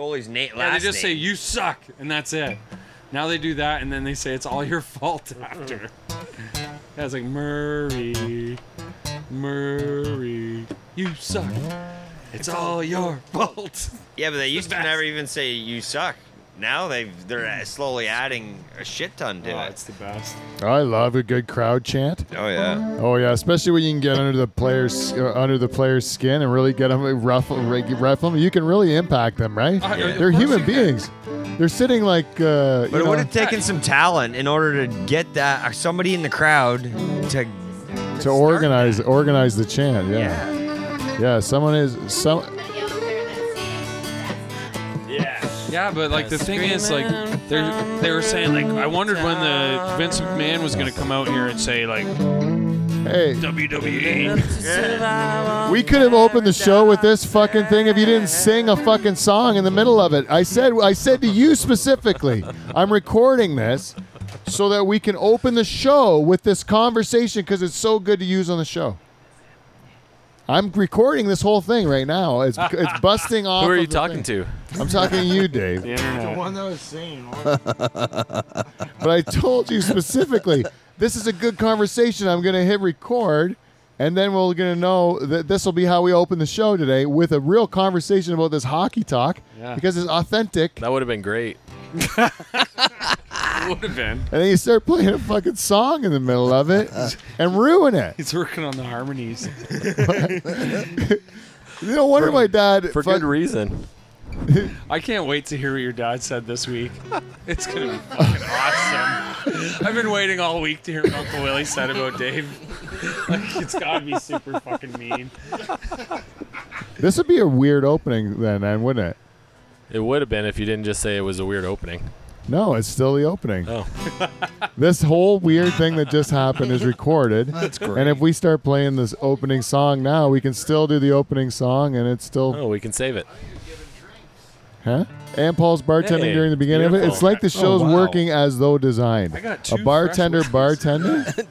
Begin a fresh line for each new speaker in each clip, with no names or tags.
goalie's Nate last
Yeah, they just say
name.
you suck, and that's it. Now they do that, and then they say it's all your fault after. Yeah, it's like Murray, Murray, you suck. It's all your fault.
Yeah, but they used to
best.
never even say you suck. Now they've they're slowly adding a shit ton to
Oh,
it.
it's the best.
I love a good crowd chant.
Oh yeah.
Oh yeah, especially when you can get under the players uh, under the player's skin and really get them ruffle, rig- ruffle them. You can really impact them, right?
Uh,
Yeah.
of
They're
course
human
you can.
beings. They're sitting like
But
uh, you
it
know,
would have taken some talent in order to get that or somebody in the crowd to
to organize organize the chant. Yeah.
Yeah.
yeah, Someone is some.
Yeah, but like the thing is, like they're they were saying, like I wondered when the Vince McMahon was gonna come out here and say like E."
Hey,
WWE.
we could have opened the show with this fucking thing if you didn't sing a fucking song in the middle of it. I said I said to you specifically, I'm recording this so that we can open the show with this conversation because it's so good to use on the show. I'm recording this whole thing right now. It's it's busting off.
Who are
of
you
the
talking
thing.
to?
I'm talking to you, Dave.
The internet.
one that was singing.
But I told you specifically, this is a good conversation. I'm going to hit record, and then we're going to know that this will be how we open the show today with a real conversation about this hockey talk
Yeah.
because it's authentic.
That would have been great.
Would have been.
And then you start playing a fucking song in the middle of it and ruin it.
He's working on the harmonies.
You know, wonder my dad.
For
fuck-
good reason.
I can't wait to hear what your dad said this week. It's gonna be fucking awesome. I've been waiting all week to hear what Uncle Willie said about Dave. Like it's gotta be super fucking mean.
this would be a weird opening then, then, wouldn't it?
It would have been if you didn't just say it was a weird opening.
No, it's still the opening.
Oh.
This whole weird thing that just happened is recorded. That's great. And if we start playing this opening song now, we can still do the opening song and it's still
Oh, we can save it.
Huh? And Paul's bartending
Hey,
during the beginning of it.
beautiful.
It's like the show's
Oh, wow.
working as though designed.
I got
a
two
bartender
fresh
bartender.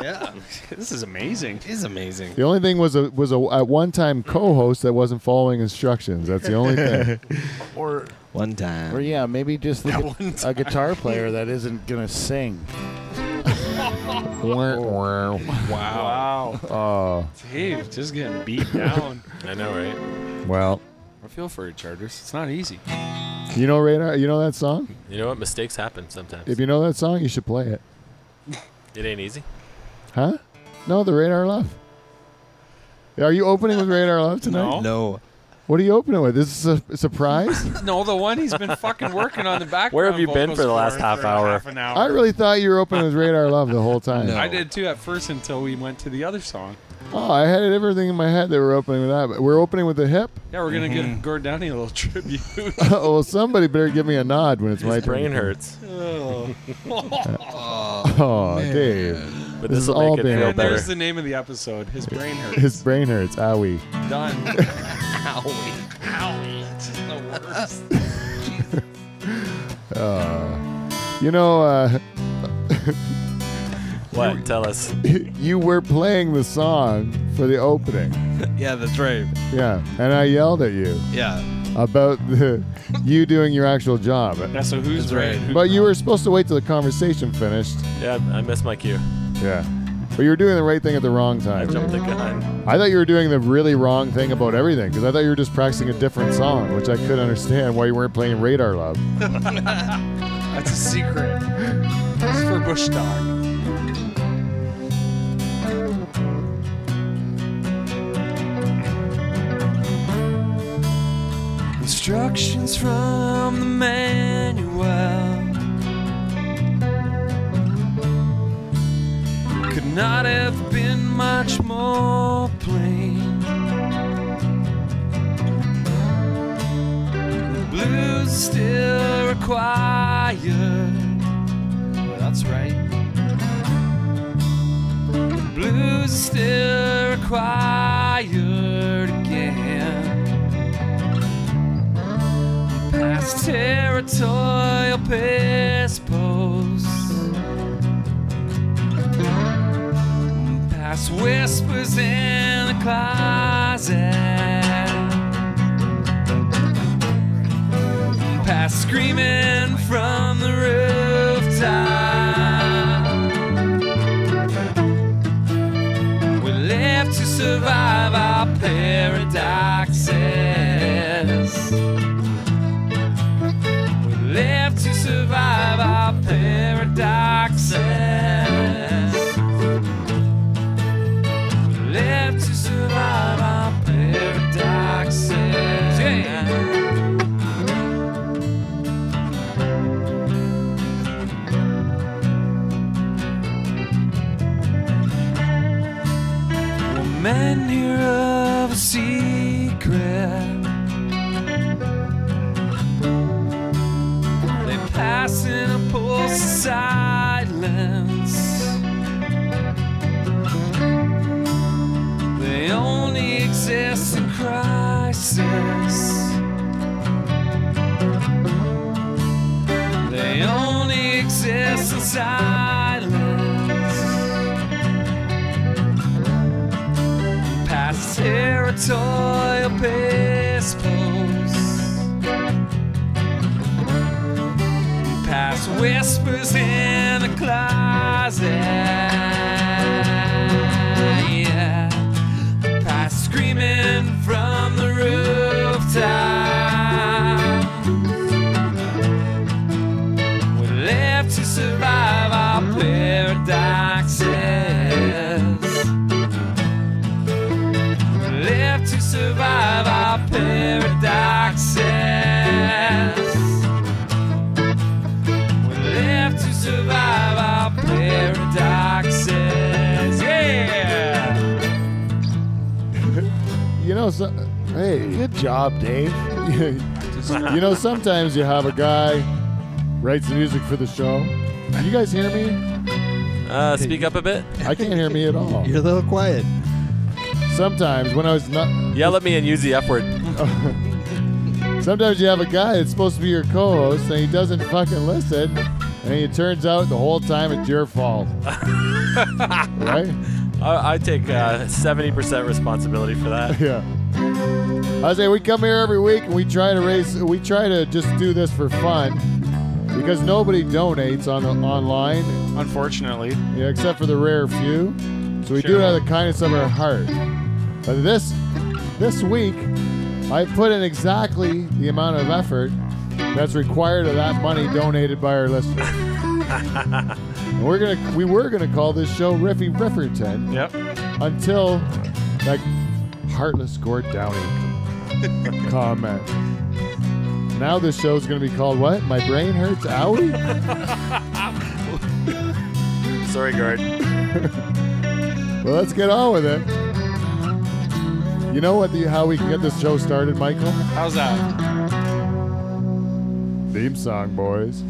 Yeah,
This is amazing.
it is amazing.
the only thing was a was a at one time co-host that wasn't following instructions. That's the only thing.
Or
One time.
or yeah, maybe just look at a guitar player that isn't gonna sing.
Wow.
Oh
Dave just getting beat down.
I know, right?
well.
I feel for you, Chargers. It's not easy.
You know radar. You know that song.
You know what? Mistakes happen sometimes.
If you know that song, you should play it.
It ain't easy.
Huh? No, the radar love. Are you opening with radar love
No.
tonight?
No.
What are you opening with? Is this a surprise?
No, the one he's been fucking working on the back.
Where have you been for the last half hour?
Half an hour.
I really thought you were opening with radar love the whole time.
No.
I did too at first until we went to the other song.
Oh, I had everything in my head that we're opening with that. But we're opening with the hip.
Yeah, we're gonna
Mm-hmm.
give Gordani a little tribute.
Oh, well, somebody better give me a nod when it's my
My
turn.
brain hurts.
oh.
Oh, Dave,
But
This
this
is
will
all
make it
been-
feel
And
And
better.
there's the name of the episode. His brain hurts.
his brain hurts. Owie.
Done.
You know, uh,
What? Tell us.
you were playing the song for the opening.
Yeah, that's right.
Yeah, and I yelled at you
Yeah.
about the, you doing your actual job.
Yeah, so who's
That's
right?
right.
Who-
But you were supposed to wait till the conversation finished.
Yeah, I missed my cue.
Yeah. But you were doing the right thing at the wrong
I
time.
jumped the gun.
I thought you were doing the really wrong thing about everything because I thought you were just practicing a different song, which I could understand why you weren't playing Radar Love.
That's a secret. It's for Bush Dog.
Instructions from the manual could not have been much more plain. The blues still required. That's right. The blues still required again past territorial piss posts, past whispers in the closet.
past screaming from the rooftop. We live to survive our paradoxes. We live to survive our paradoxes. We live to survive our paradoxes. Well, men hear of a secret. They pass in a pulse of silence. They only exist in crisis. They only exist in silence. Past territorial piss posts. Past whispers in the closet. Yeah. Past screaming from the rooftop. We live to survive our paradoxes. We live to survive our paradoxes. We live to survive our paradoxes. Yeah!
You know, so, hey,
Good job, Dave.
you know, sometimes you have a guy writes the music for the show. Do you guys hear me?
Uh, speak up a bit.
I can't hear me at all.
You're a little quiet.
Sometimes when I was not,
Yell at me and use the F word.
sometimes you have a guy that's supposed to be your co-host and he doesn't fucking listen, and it turns out the whole time it's your fault. right?
I, I take uh, 70% responsibility for that.
Yeah. I say we come here every week and we try to raise we try to just do this for fun because nobody donates on the online
Unfortunately,
you know, except for the rare few. So we do
Sure.
it out of the kindness of our heart. But this this week I put in exactly the amount of effort that's required of that money donated by our listeners. And we're gonna we were gonna call this show Riffy Rifferton
yep.
until that heartless Gord Downey comment. Now this show's going to be called what? My brain hurts. Owie.
Sorry, guard.
Well, let's get on with it. You know what? The, how we can get this show started, Michael?
How's that?
Theme song, boys.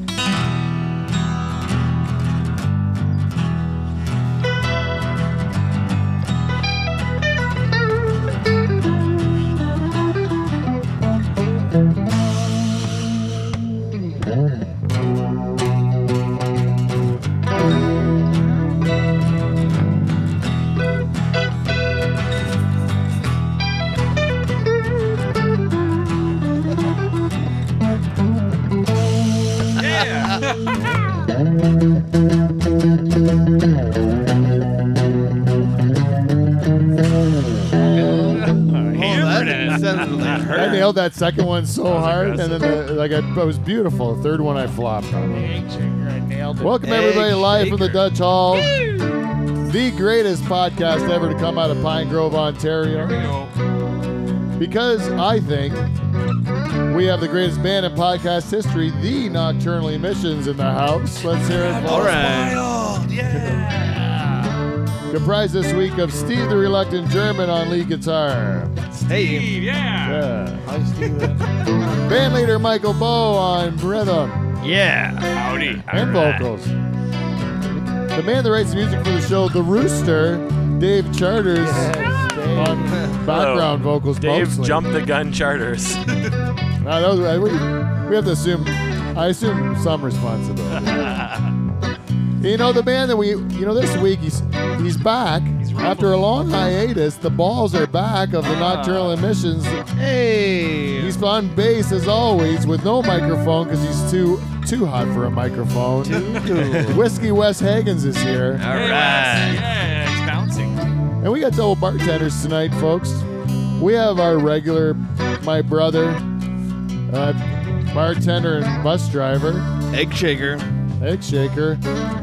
Oh, that sounded like
I nailed that second one so hard, and then the, like I, it was beautiful. The third one I flopped on. Welcome everybody live from the Dutch Hall, the greatest podcast ever to come out of Pine Grove, Ontario. Because I think we have the greatest band in podcast history, the Nocturnal Emissions, in the house. Let's hear it.
All right.
Comprised this week of Steve the Reluctant German on lead guitar.
Hey.
Yeah. Band leader Michael Bow on rhythm.
Yeah.
Howdy.
and vocals. The man that writes the music for the show, The Rooster, Dave Charters, on background vocals.
Dave
mostly.
jumped the gun charters.
No, that was- I- we, we have to assume. I assume some responsibility. you know the man that we. You know this week he's he's back. He's After a long hiatus, the balls are back of the Nocturnal Emissions.
Hey.
He's on bass as always with no microphone because he's too too hot for a microphone. Whiskey Wes Hagens is here.
All
Hey,
right.
Wes. Yeah, it's bouncing.
And we got double bartenders tonight, folks. We have our regular, my brother, uh, bartender and bus driver,
Egg shaker.
egg shaker.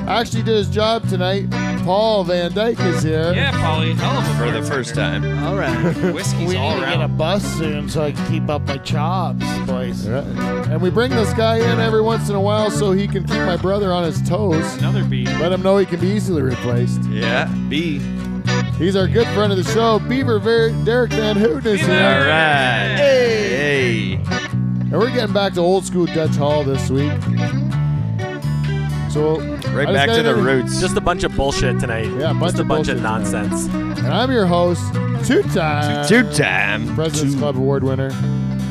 Actually did his job tonight. Paul Van Dyke is here.
Yeah, Polly, hell of a
For the first time.
All right.
Whiskey's
we
all
need to get a
around.
bus soon so I can keep up my chops, boys.
Right. And we bring this guy in every once in a while so he can keep my brother on his toes.
Another beat.
Let him know he can be easily replaced.
Yeah.
B.
He's our good friend of the show, Beaver Ver- Derek Van Hooten is
All
here.
right. Hey.
And we're getting back to old school Dutch Hall this week. So
Right
I just
back
got
to the
another-
roots.
Just a bunch of bullshit tonight.
Yeah, a bunch
Just a
of
bunch
bullshit
of
tonight.
nonsense.
And I'm your host, two-time
two time.
President's Club Award winner,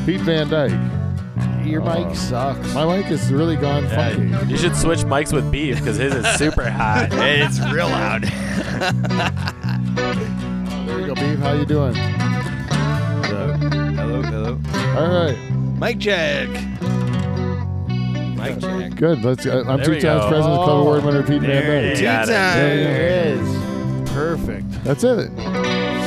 Pete Van Dyke. Um,
Your mic sucks.
My mic is really gone funky.
You should switch mics with beef because his is super hot.
Hey, it's real loud.
There you go, Beef. How you doing?
hello, hello.
All right,
Mic check. Mic check.
good. Let's. I- I'm
There we
two times
go.
President's Club Award winner, Pete
There
Van
it
Dyke.
is.
Got it.
There you
There it is. Perfect.
go. That's it.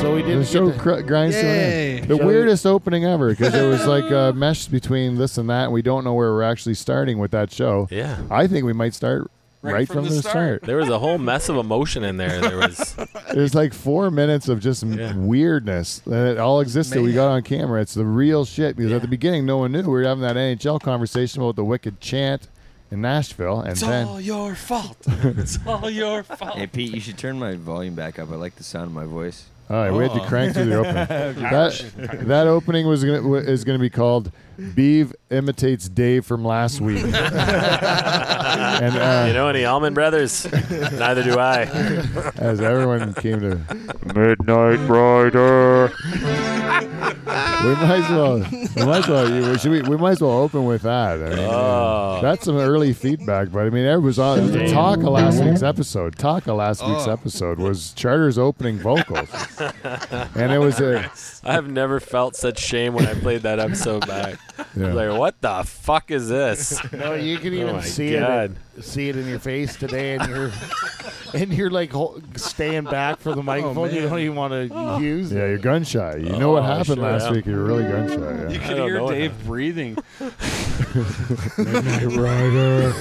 So we didn't
The show
get to-
cr- grinds to an
Yay.
end. The
Shall we-
weirdest opening ever because it was like a mesh between this and that. And we don't know where we're actually starting with that show.
Yeah.
I think we might start right, from, the, start.
There was a whole mess of emotion in there. There was
There's like four minutes of just m
Yeah.
weirdness that it all existed. We got on camera. It's the real shit because at the beginning, no one knew we were having that NHL conversation about the wicked chant in Nashville, and
It's
then
all your fault. It's all your fault.
Hey Pete, you should turn my volume back up. I like the sound of my voice.
all right, we
Oh.
had to crank through the opening. that that opening was gonna, wa- is going to be called "Beeve imitates Dave from last week," and uh,
you know any Almond Brothers? Neither do I.
as everyone came to,
Midnight Rider.
we might as well, we might as well, you- should we, we might as well open with that. I mean,
Oh.
That's some early feedback, but I mean, everyone was on the talk of last week's episode. Talk of last week's episode was Charter's opening vocals, and it was a
I have never felt such shame when I played that episode back. I
yeah.
was like, what the fuck is this? Oh,
No, you can
Oh
even
my
see
God.
it. See it in your face today, and you're and you're like hol- staying back
Oh,
for the microphone. you don't even want to use
yeah,
it.
you're gun shy. You know what
Oh,
happened
sure
last
am.
week? You're really gun shy.
You
Yeah.
could
don't
hear
know
Dave breathing.
Midnight Rider.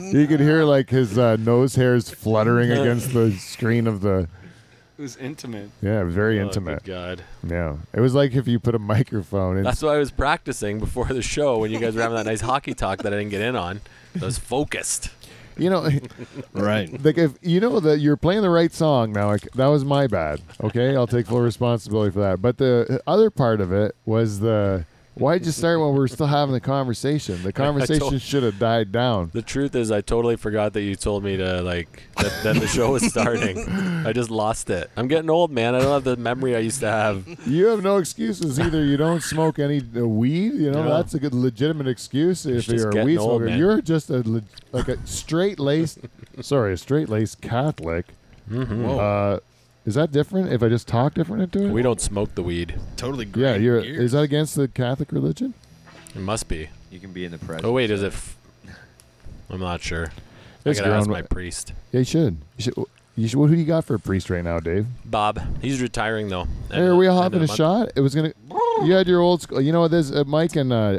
you could hear like his uh, nose hairs fluttering against the screen of the.
It was intimate.
Yeah, very
Oh,
intimate.
good God.
Yeah, it was like if you put a microphone in
That's what I was practicing before the show when you guys were having that nice hockey talk that I didn't get in on. I was focused.
You know,
Right.
like if you know that you're playing the right song now, like that was my bad. Okay, I'll take full responsibility for that. But the other part of it was the why'd you start when we were still having the conversation? The conversation should have died down.
The truth is, I totally forgot that you told me to like that, that the show was starting. I just lost it. I'm getting old, man. I don't have the memory I used to have.
You have no excuses either. You don't smoke any uh, weed. You know
No.
that's a good legitimate excuse if
just
you're a
getting
weed
old,
smoker.
man.
You're just a le- like a straight laced, sorry, a straight laced Catholic. Uh, is that different? If I just talk different into it?
Mm-hmm. We don't smoke the weed.
Totally great.
yeah, you're. Is that against the Catholic religion?
It must be.
You can be in the press.
Oh wait, is it? F- I'm not sure.
It's
I gotta ask
grown-
my priest,
Yeah, you should. You should. You should. Who do you got for a priest right now, Dave?
Bob. He's retiring though.
Hey, are we all
End
having
of
a
the month.
shot? It was gonna. You had your old school. You know what? This uh, Mike and uh,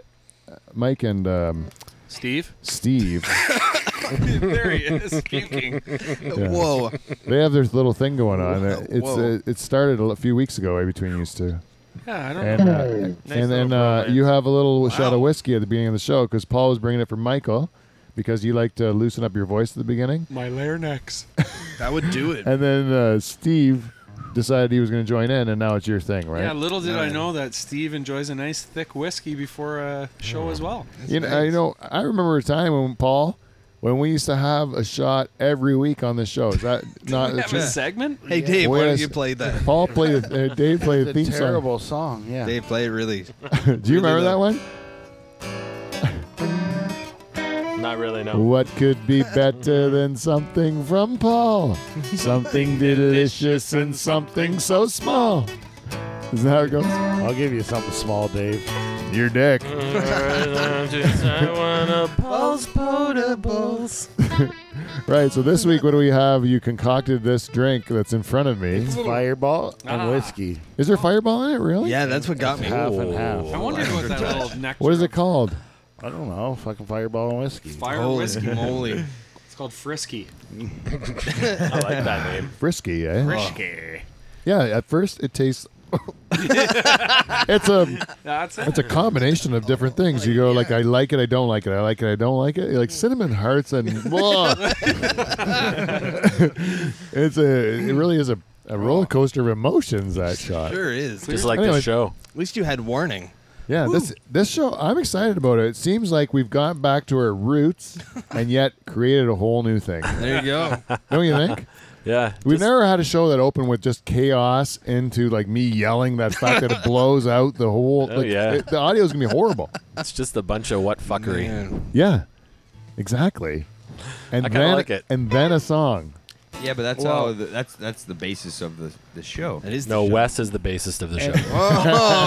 Mike and um,
Steve?
Steve.
there he is speaking.
yeah.
Whoa.
They have their little thing going on. Uh, It's
Whoa.
uh, it started a l- few weeks ago right between you two,
Yeah, I don't know.
and uh, and then uh, you have a little shot
Wow.
of whiskey at the beginning of the show because Paul was bringing it for Michael because you like to loosen up your voice at the beginning.
My lair necks.
That would do it.
And then uh, Steve decided he was going to join in, and now it's your thing, right?
Yeah, little did I know that Steve enjoys a nice thick whiskey before a show as well.
You know, you know, I remember a time when Paul, when we used to have a shot every week on the show. Is that not
Have a
true?
segment?
Hey, Dave, why
Whereas-
don't you play that?
Paul played, a, uh, Dave played a
It's a
theme
terrible song. Yeah.
Dave, play it really.
song. Do you remember that one?
Not Not really,
Oh.
no.
What could be better than something from Paul? Something delicious and something so small. Is that how it goes?
I'll give you something small, Dave.
Your dick. Right, so this week, what do we have? You concocted this drink that's in front of me.
Fireball and whiskey.
Is there fireball in it, really?
Yeah, that's what got me.
Half and half.
I wondered what that little neck.
What is it called?
I don't know. Fucking fireball and whiskey.
Fire
Holy
whiskey.
moly.
It's called Frisky.
I like that name.
Frisky, eh? Yeah, at first it tastes. it's a
That's it.
it's a combination of different things. You go like I like it, I don't like it, I like it, I don't like it. Like cinnamon hearts and Whoa. it's a it really is a, a roller coaster of emotions. That shot.
Sure is.
Just like
Anyway.
the show.
At least you had warning.
Yeah, this this show I'm excited about it. It seems like we've gone back to our roots and yet created a whole new thing.
There you go.
Don't you think?
Yeah.
We've
just-
never had a show that opened with just chaos into like me yelling that fact that it blows out the whole.
Oh,
like,
yeah.
it- the audio is gonna be horrible.
It's just a bunch of what fuckery.
Man.
yeah, exactly. And
I kinda
then
like it.
and then a song.
Yeah, but that's
Well-
all. The, that's that's the basis of the the show.
That is the
No,
show.
Wes is the bassist of the show.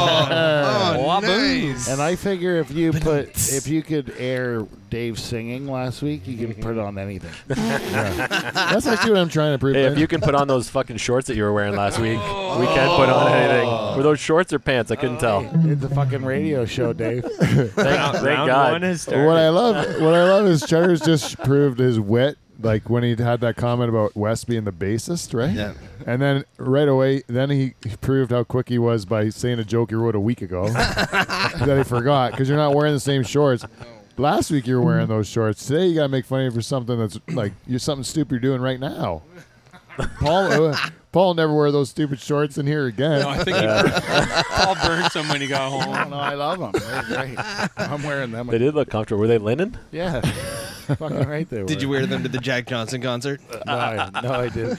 Oh, nice.
And I figure if you put if you could air Dave singing last week, you can put it on anything.
That's actually what I'm trying to prove.
Hey, if you can put on those fucking shorts that you were wearing last week, we can't put on anything. Were those shorts or pants? I couldn't tell.
It's a fucking radio show, Dave.
Thank,
Round
thank
one
God.
has started.
what I love, what I love is Cheddar's just proved his wit. Like when he had that comment about West being the bassist, right?
Yeah.
And then right away, then he proved how quick he was by saying a joke he wrote a week ago that he forgot because you're not wearing the same shorts. Last week you were
Mm-hmm.
wearing those shorts. Today you gotta make fun of you for something that's like you're something stupid you're doing right now. Paul, uh, Paul never wear those stupid shorts in here again.
No, I think he burned, Paul burned some when he got home.
no, I love them. They're great. I'm wearing them.
They did look comfortable. Were they linen?
Yeah, fucking right there.
Did you wear them to the Jack Johnson concert?
No, I, no, I did.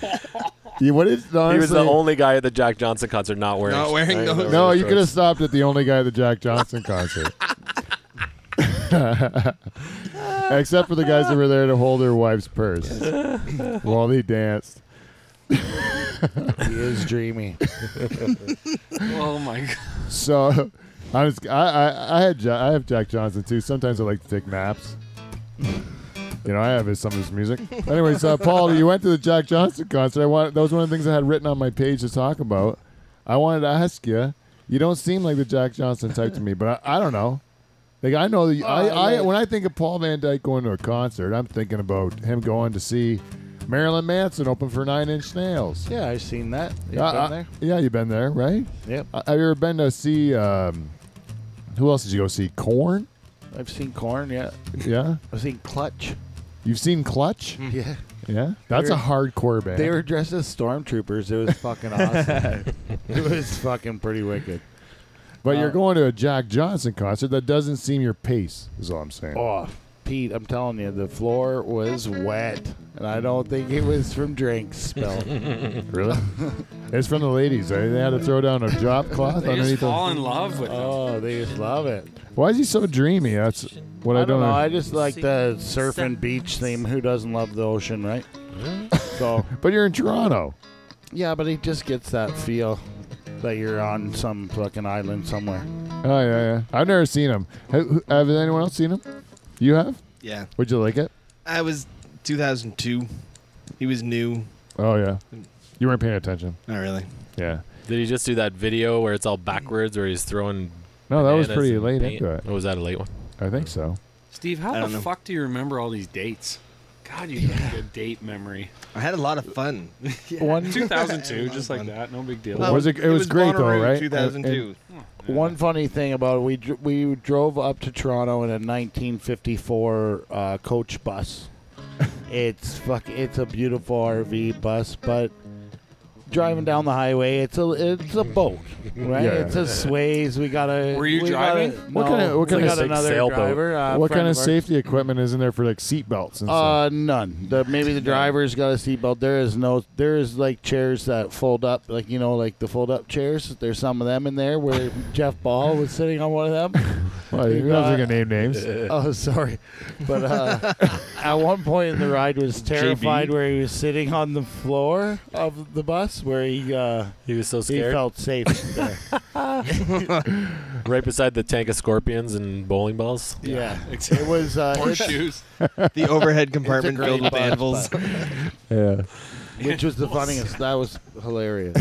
You- what is honestly,
He was the only guy at the Jack Johnson concert not wearing.
Not wearing
I don't
those.
know
No,
those
you could have
shorts.
stopped at the only guy at the Jack Johnson concert. Except for the guys that were there to hold their wife's purse while they danced.
He is dreamy.
Oh my god.
So I was I I, I had Ja- I have Jack Johnson too. Sometimes I like to take naps. You know, I have his, some of his music. Anyways, uh, Paul, you went to the Jack Johnson concert. I want, that was one of the things I had written on my page to talk about. I wanted to ask you. You don't seem like the Jack Johnson type to me, but I, I don't know. Like I know that I, I when I think of Paul Van Dyke going to a concert, I'm thinking about him going to see Marilyn Manson open for Nine Inch Nails.
Yeah, I've seen that. You
Uh,
been
uh,
there?
yeah, you've been there, right?
Yep.
Uh, Have you ever been to see? Um, who else did you go see? Corn?
I've seen corn. Yeah,
Yeah.
I've seen clutch.
You've seen Clutch?
Yeah,
Yeah. That's a
Hmm. They're-
hardcore band.
they were dressed as stormtroopers. It was fucking awesome. it was fucking pretty wicked.
but you're
uh,
going to a Jack Johnson concert. That doesn't seem your pace. Is all I'm saying.
Oh, Pete, I'm telling you, the floor was wet, and I don't think it was from drinks spill.
really? it's from the ladies. eh? They had to throw down a drop cloth
They just
underneath. the-
fall in love with him.
oh, they just love it.
Why is he so dreamy? That's what I,
I don't know. I
know.
just like the surf and beach theme. Who doesn't love the ocean, right? so
But you're in Toronto.
yeah, but he just gets that feel that you're on some fucking island somewhere.
Oh yeah, yeah. I've never seen him. Have, who- have anyone else seen him? You have?
Yeah.
Would you like it?
I was 2002. He was new.
Oh yeah. You weren't paying attention.
Not really.
Yeah.
Did he just do that video where it's all backwards, where he's throwing?
No, that was
bananas
pretty
and
late
paint?
into it.
Oh, was that a late one?
I think so.
Steve,
I
how
don't
the
know.
fuck do you remember all these dates? God, you have a good date memory.
I had a lot of fun.
2002, just like that, no big deal.
Well, was it- it was great though,
Bonnaroo,
right?
2002.
One funny thing about it, we dr- we drove up to Toronto in a 1954 uh, coach bus. it's fuck. It's a beautiful RV bus, but driving down the highway, it's a it's a boat, right?
Yeah.
It's a sways. We gotta.
Were you
we gotta-
driving?
no,
What kind of- what kind
we
of
got
sick
another
sailboat?
driver? uh,
what
friend
kind of
ours.
safety equipment is in there for like seat belts and stuff?
Uh, none. The, maybe the driver's got a seatbelt. There is no. There is like chairs that fold up, like you know, like the fold up chairs. There's some of them in there where Jeff Ball was sitting on one of them.
Well, you guys are gonna name names.
Oh, sorry, but uh, at one point in the ride was terrified where he was sitting on the floor of the bus where he uh,
He was so
he
scared.
felt safe there.
right beside the tank of scorpions and bowling balls.
yeah, it was uh, it's-
Horseshoes.
The overhead
it's a
compartment
great
filled with
bus,
anvils.
but-
Yeah.
which was the funniest. That was hilarious.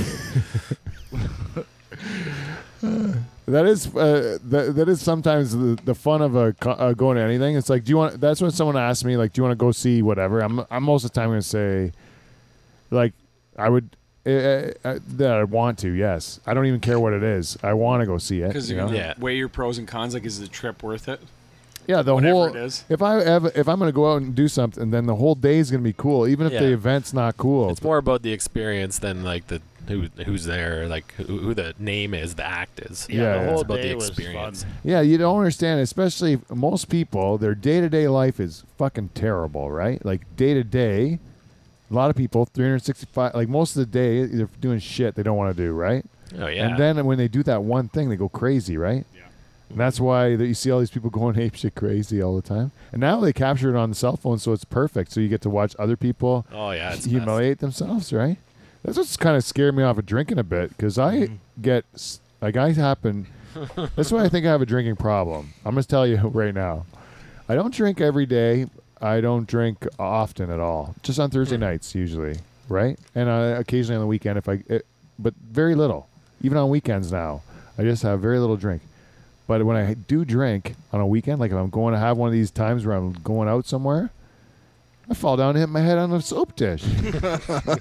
That is uh, that, that is sometimes the, the fun of a co- uh, going to anything. It's like, do you want? That's when someone asks me, like, do you want to go see whatever? I'm I'm most of the time going to say, like, I would uh, uh, uh, that I want to. Yes, I don't even care what it is. I want to go see it.
Because
you
you're
know?
gonna
Yeah.
weigh your pros and cons. Like, is the trip worth it?
yeah, the
whatever
whole
it is.
if I have, if I'm going to go out and do something, then the whole day is going to be cool, even if the
Yeah.
event's not cool.
It's more about the experience than like the who who's there, like who, who the name is, the act is.
Yeah, Yeah, the
it's
whole
about
day
the
was
experience.
fun.
Yeah, you don't understand, especially if most people, their day to day life is fucking terrible, right? Like day to day, a lot of people, 365, like most of the day, they're doing shit they don't want to do, right?
Oh yeah.
And then when they do that one thing, they go crazy, right?
Yeah.
And that's why that you see all these people going apeshit crazy all the time. And now they capture it on the cell phone, so it's perfect. So you get to watch other people
oh yeah. It's best.
humiliate themselves, right? That's what's kind of scared me off of drinking a bit because I get s- like I happen. that's why I think I have a drinking problem. I'm gonna tell you right now. I don't drink every day. I don't drink often at all. Just on Thursday nights usually, right? And uh, occasionally on the weekend if I, eh, it, but very little. Even on weekends now, I just have very little drink. But when I do drink on a weekend, like if I'm going to have one of these times where I'm going out somewhere, I fall down and hit my head on a soap dish.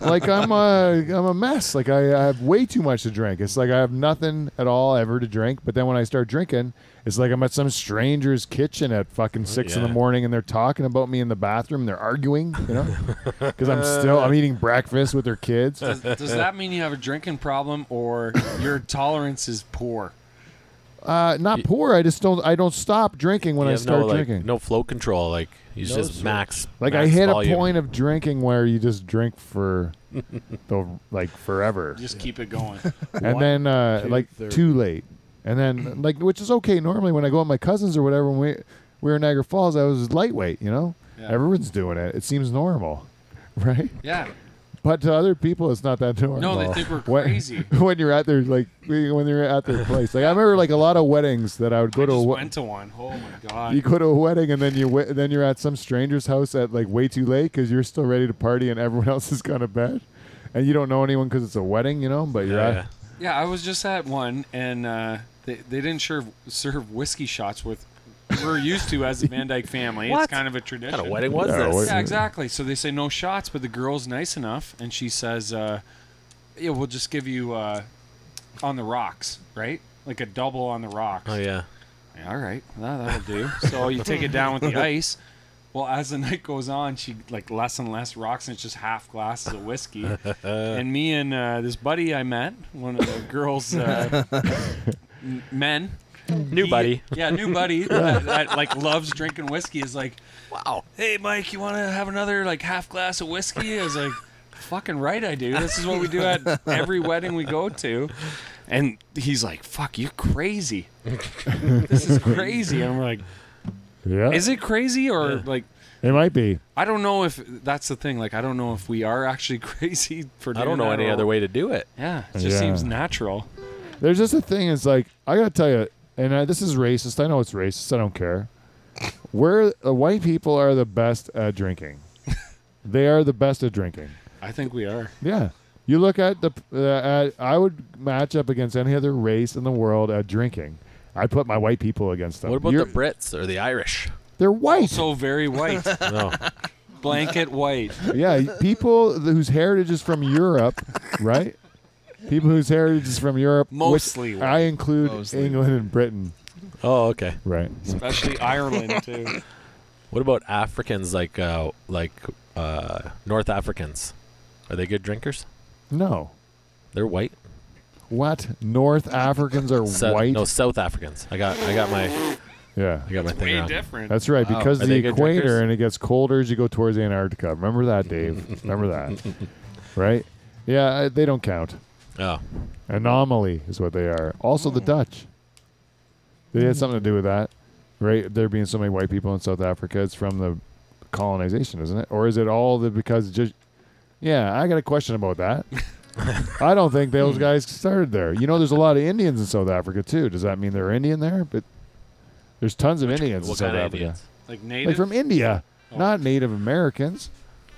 like I'm a I'm a mess. Like I, I have way too much to drink. It's like I have nothing at all ever to drink. But then when I start drinking, it's like I'm at some stranger's kitchen at fucking six in the
yeah.
morning, and they're talking about me in the bathroom. They're arguing, you know, because I'm still I'm eating breakfast with their kids.
Does, does that mean you have a drinking problem or your tolerance is poor?
Uh, not poor. I just don't I don't stop drinking when
You
I
have
start
no, like,
drinking.
no flow control. Like you
No
just
switch.
max.
Like I
max
hit
volume.
a point of drinking where you just drink for the like forever,
Just keep it going.
and then uh, like too late, and then like which is okay normally when I go with my cousins or whatever. When we we were in Niagara Falls, I was lightweight. You know,
Yeah.
everyone's doing it. It seems normal, right?
Yeah.
But to other people, it's not that normal.
No, they think we're
When-
crazy.
When, you're at their like when you're at their place, like I remember like a lot of weddings that I would go
I
to. a
just
we-
went to one. Oh my god.
you go to a wedding and then you w- then you're at some stranger's house at like way too late because you're still ready to party and everyone else has gone to bed, and you don't know anyone because it's a wedding, you know. But you're
Yeah,
at-
yeah.
Yeah, I was just at one, and uh, they they didn't serve serve whiskey shots with we're used to as the Van Dyke family. It's
What?
kind of a tradition.
What kind of wedding was
Yeah,
this?
what-
Yeah, exactly. So they say no shots, but the girl's nice enough, and she says, uh, "Yeah, we'll just give you uh, on the rocks, right? Like a double on the rocks."
Oh yeah.
Yeah, all right, well, that'll do. so you take it down with the ice. Well, as the night goes on, she like less and less rocks, and it's just half glasses of whiskey. and me and uh, this buddy I met, one of the girls, uh, n- men,
New
he-
buddy.
yeah, new buddy that, that, like loves drinking whiskey is like, wow. Hey, Mike, you want to have another like half glass of whiskey? I was like, fucking right, I do. This is what we do at every wedding we go to. And he's like, fuck, you're crazy. this is crazy. And I'm like,
yeah,
is it crazy or like?
it might be.
I don't know if that's the thing. Like, I don't know if we are actually crazy for.
I
Doing
don't know
that
any
or-
other way to do it.
Yeah, it just
Yeah.
seems natural.
There's just a thing. It's like I gotta tell you, and I, this is racist. I know it's racist. I don't care. Where uh, white people are the best at drinking, they are the best at drinking.
I think we are.
Yeah. You look at the uh, at, I would match up against any other race in the world at drinking. I put my white people against them.
What about
You're-
the Brits or the Irish?
They're white.
So very white,
No.
blanket white.
yeah, people th- whose heritage is from Europe, right? People whose heritage is from Europe, which
Mostly white.
I include
Mostly.
England and Britain,
oh okay.
right?
especially Ireland too.
What about Africans like uh like uh North Africans? Are they good drinkers?
No,
They're white.
what North Africans are
Sou-
white?
No, South Africans. I got I got my
Yeah,
I got my thing
Way
wrong.
different.
that's right.
Wow.
Because
Are
the
they good drinkers?
equator and it gets colder as you go towards Antarctica. Remember that, Dave. Remember that, right? Yeah, uh, they don't count.
Oh.
Anomaly is what they are. Also, the Dutch. It had something to do with that, right? There being so many white people in South Africa, it's from the colonization, isn't it? Or is it all the because just? Yeah, I got a question about that. I don't think
Hmm.
those guys started there. You know, there's a lot of Indians in South Africa too. Does that mean they're Indian there? But there's tons of Indians in
what
South
kind of
Africa,
Indians?
Like
like
native.
from India,
Oh.
not Native Americans.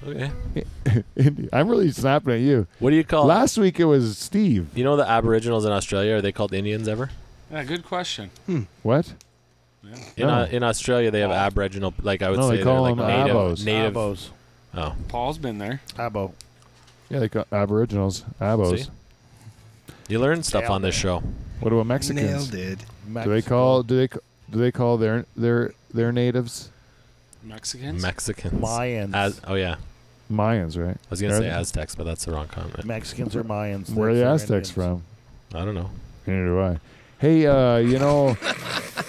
Okay.
India. I'm really snapping at you.
What do you call?
Last week it was Steve.
you know the Aboriginals in Australia are they called Indians ever?
yeah, good question.
What?
In,
No.
uh, in Australia they have
Oh.
Aboriginal. Like I would
No,
say
they call
are like
them
native.
Abos.
Native.
Abos.
Oh,
Paul's been there.
Abo.
Yeah, they call Aboriginals, Abos.
See? you learn stuff on this show.
What about Mexicans?
Nailed it.
Do they call do they do they call their their their natives
Mexicans.
Mexicans.
Mayans?
Az- oh yeah, I
Mayans, right?
was gonna
Are
say
they-
Aztecs, but that's the wrong comment.
Mexicans or Mayans?
Where are the
That's their
Aztecs
Indians.
from?
I don't know.
Neither do I. Hey, uh, you know,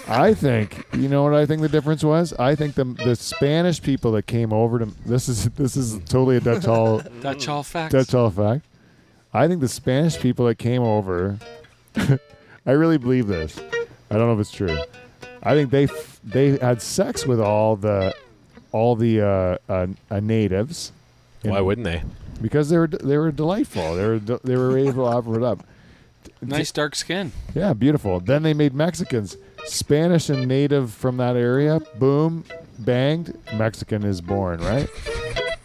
I think you know what I think the difference was. I think the the Spanish people that came over to this is this is totally a Dutch hall
Dutch all facts.
That's all fact. I think the Spanish people that came over, I really believe this. I don't know if it's true. I think they f- they had sex with all the all the uh, uh, uh, natives. And-
Why wouldn't they?
Because they were d- they were delightful. They were d- they were able to offer it up.
nice dark skin.
Yeah, beautiful. Then they made Mexicans, Spanish and native from that area. Boom, banged. Mexican is born, right?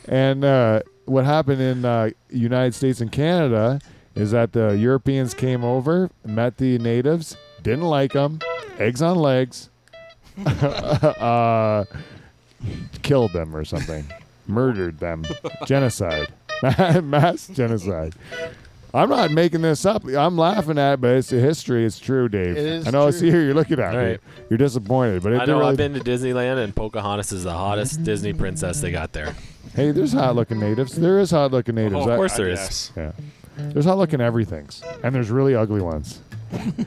and uh, what happened in uh, United States and Canada is that the Europeans came over, met the natives, didn't like them, eggs on legs, uh, killed them or something, murdered them, genocide, mass genocide. I'm not making this up. I'm laughing at it, but it's history. It's true, Dave.
It is
I know. I see
true.
here you're looking at
All
me.
right.
You're disappointed, but it
I know
really,
I've been to Disneyland, and Pocahontas is the hottest Disney princess they got there.
hey, there's hot-looking natives. There is hot-looking natives.
Oh, of
I-
course there is.
Yes.
Yeah. There's hot looking everythings, and there's really ugly ones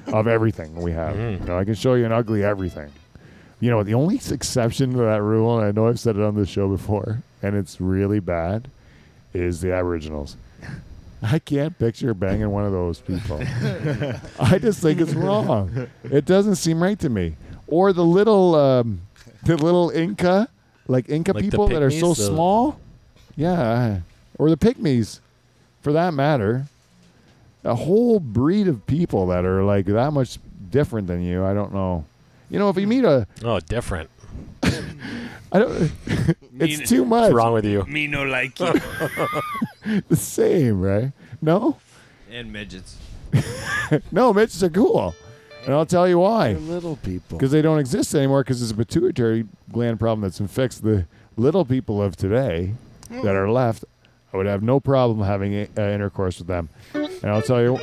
of everything we have. You know, I can show you an ugly everything. You know, the only exception to that rule, and I know I've said it on this show before, and it's really bad, is the Aboriginals. I can't picture banging one of those people. I just think it's wrong. It doesn't seem right to me. Or the little, um, the little Inca, like Inca
Like the
people that are so
pygmies, the-
small. Yeah, or the pygmies, for that matter. A whole breed of people that are like that much different than you. I don't know. You know, if you meet a,
Oh, different.
I don't. it's too much.
What's wrong with you?
Me no like you.
The same, right? No,
And midgets.
no, midgets are cool, and I'll tell you why.
They're little people.
because they don't exist anymore because it's a pituitary gland problem that's infects the little people of today that are left i would have no problem having i- uh, intercourse with them and i'll tell you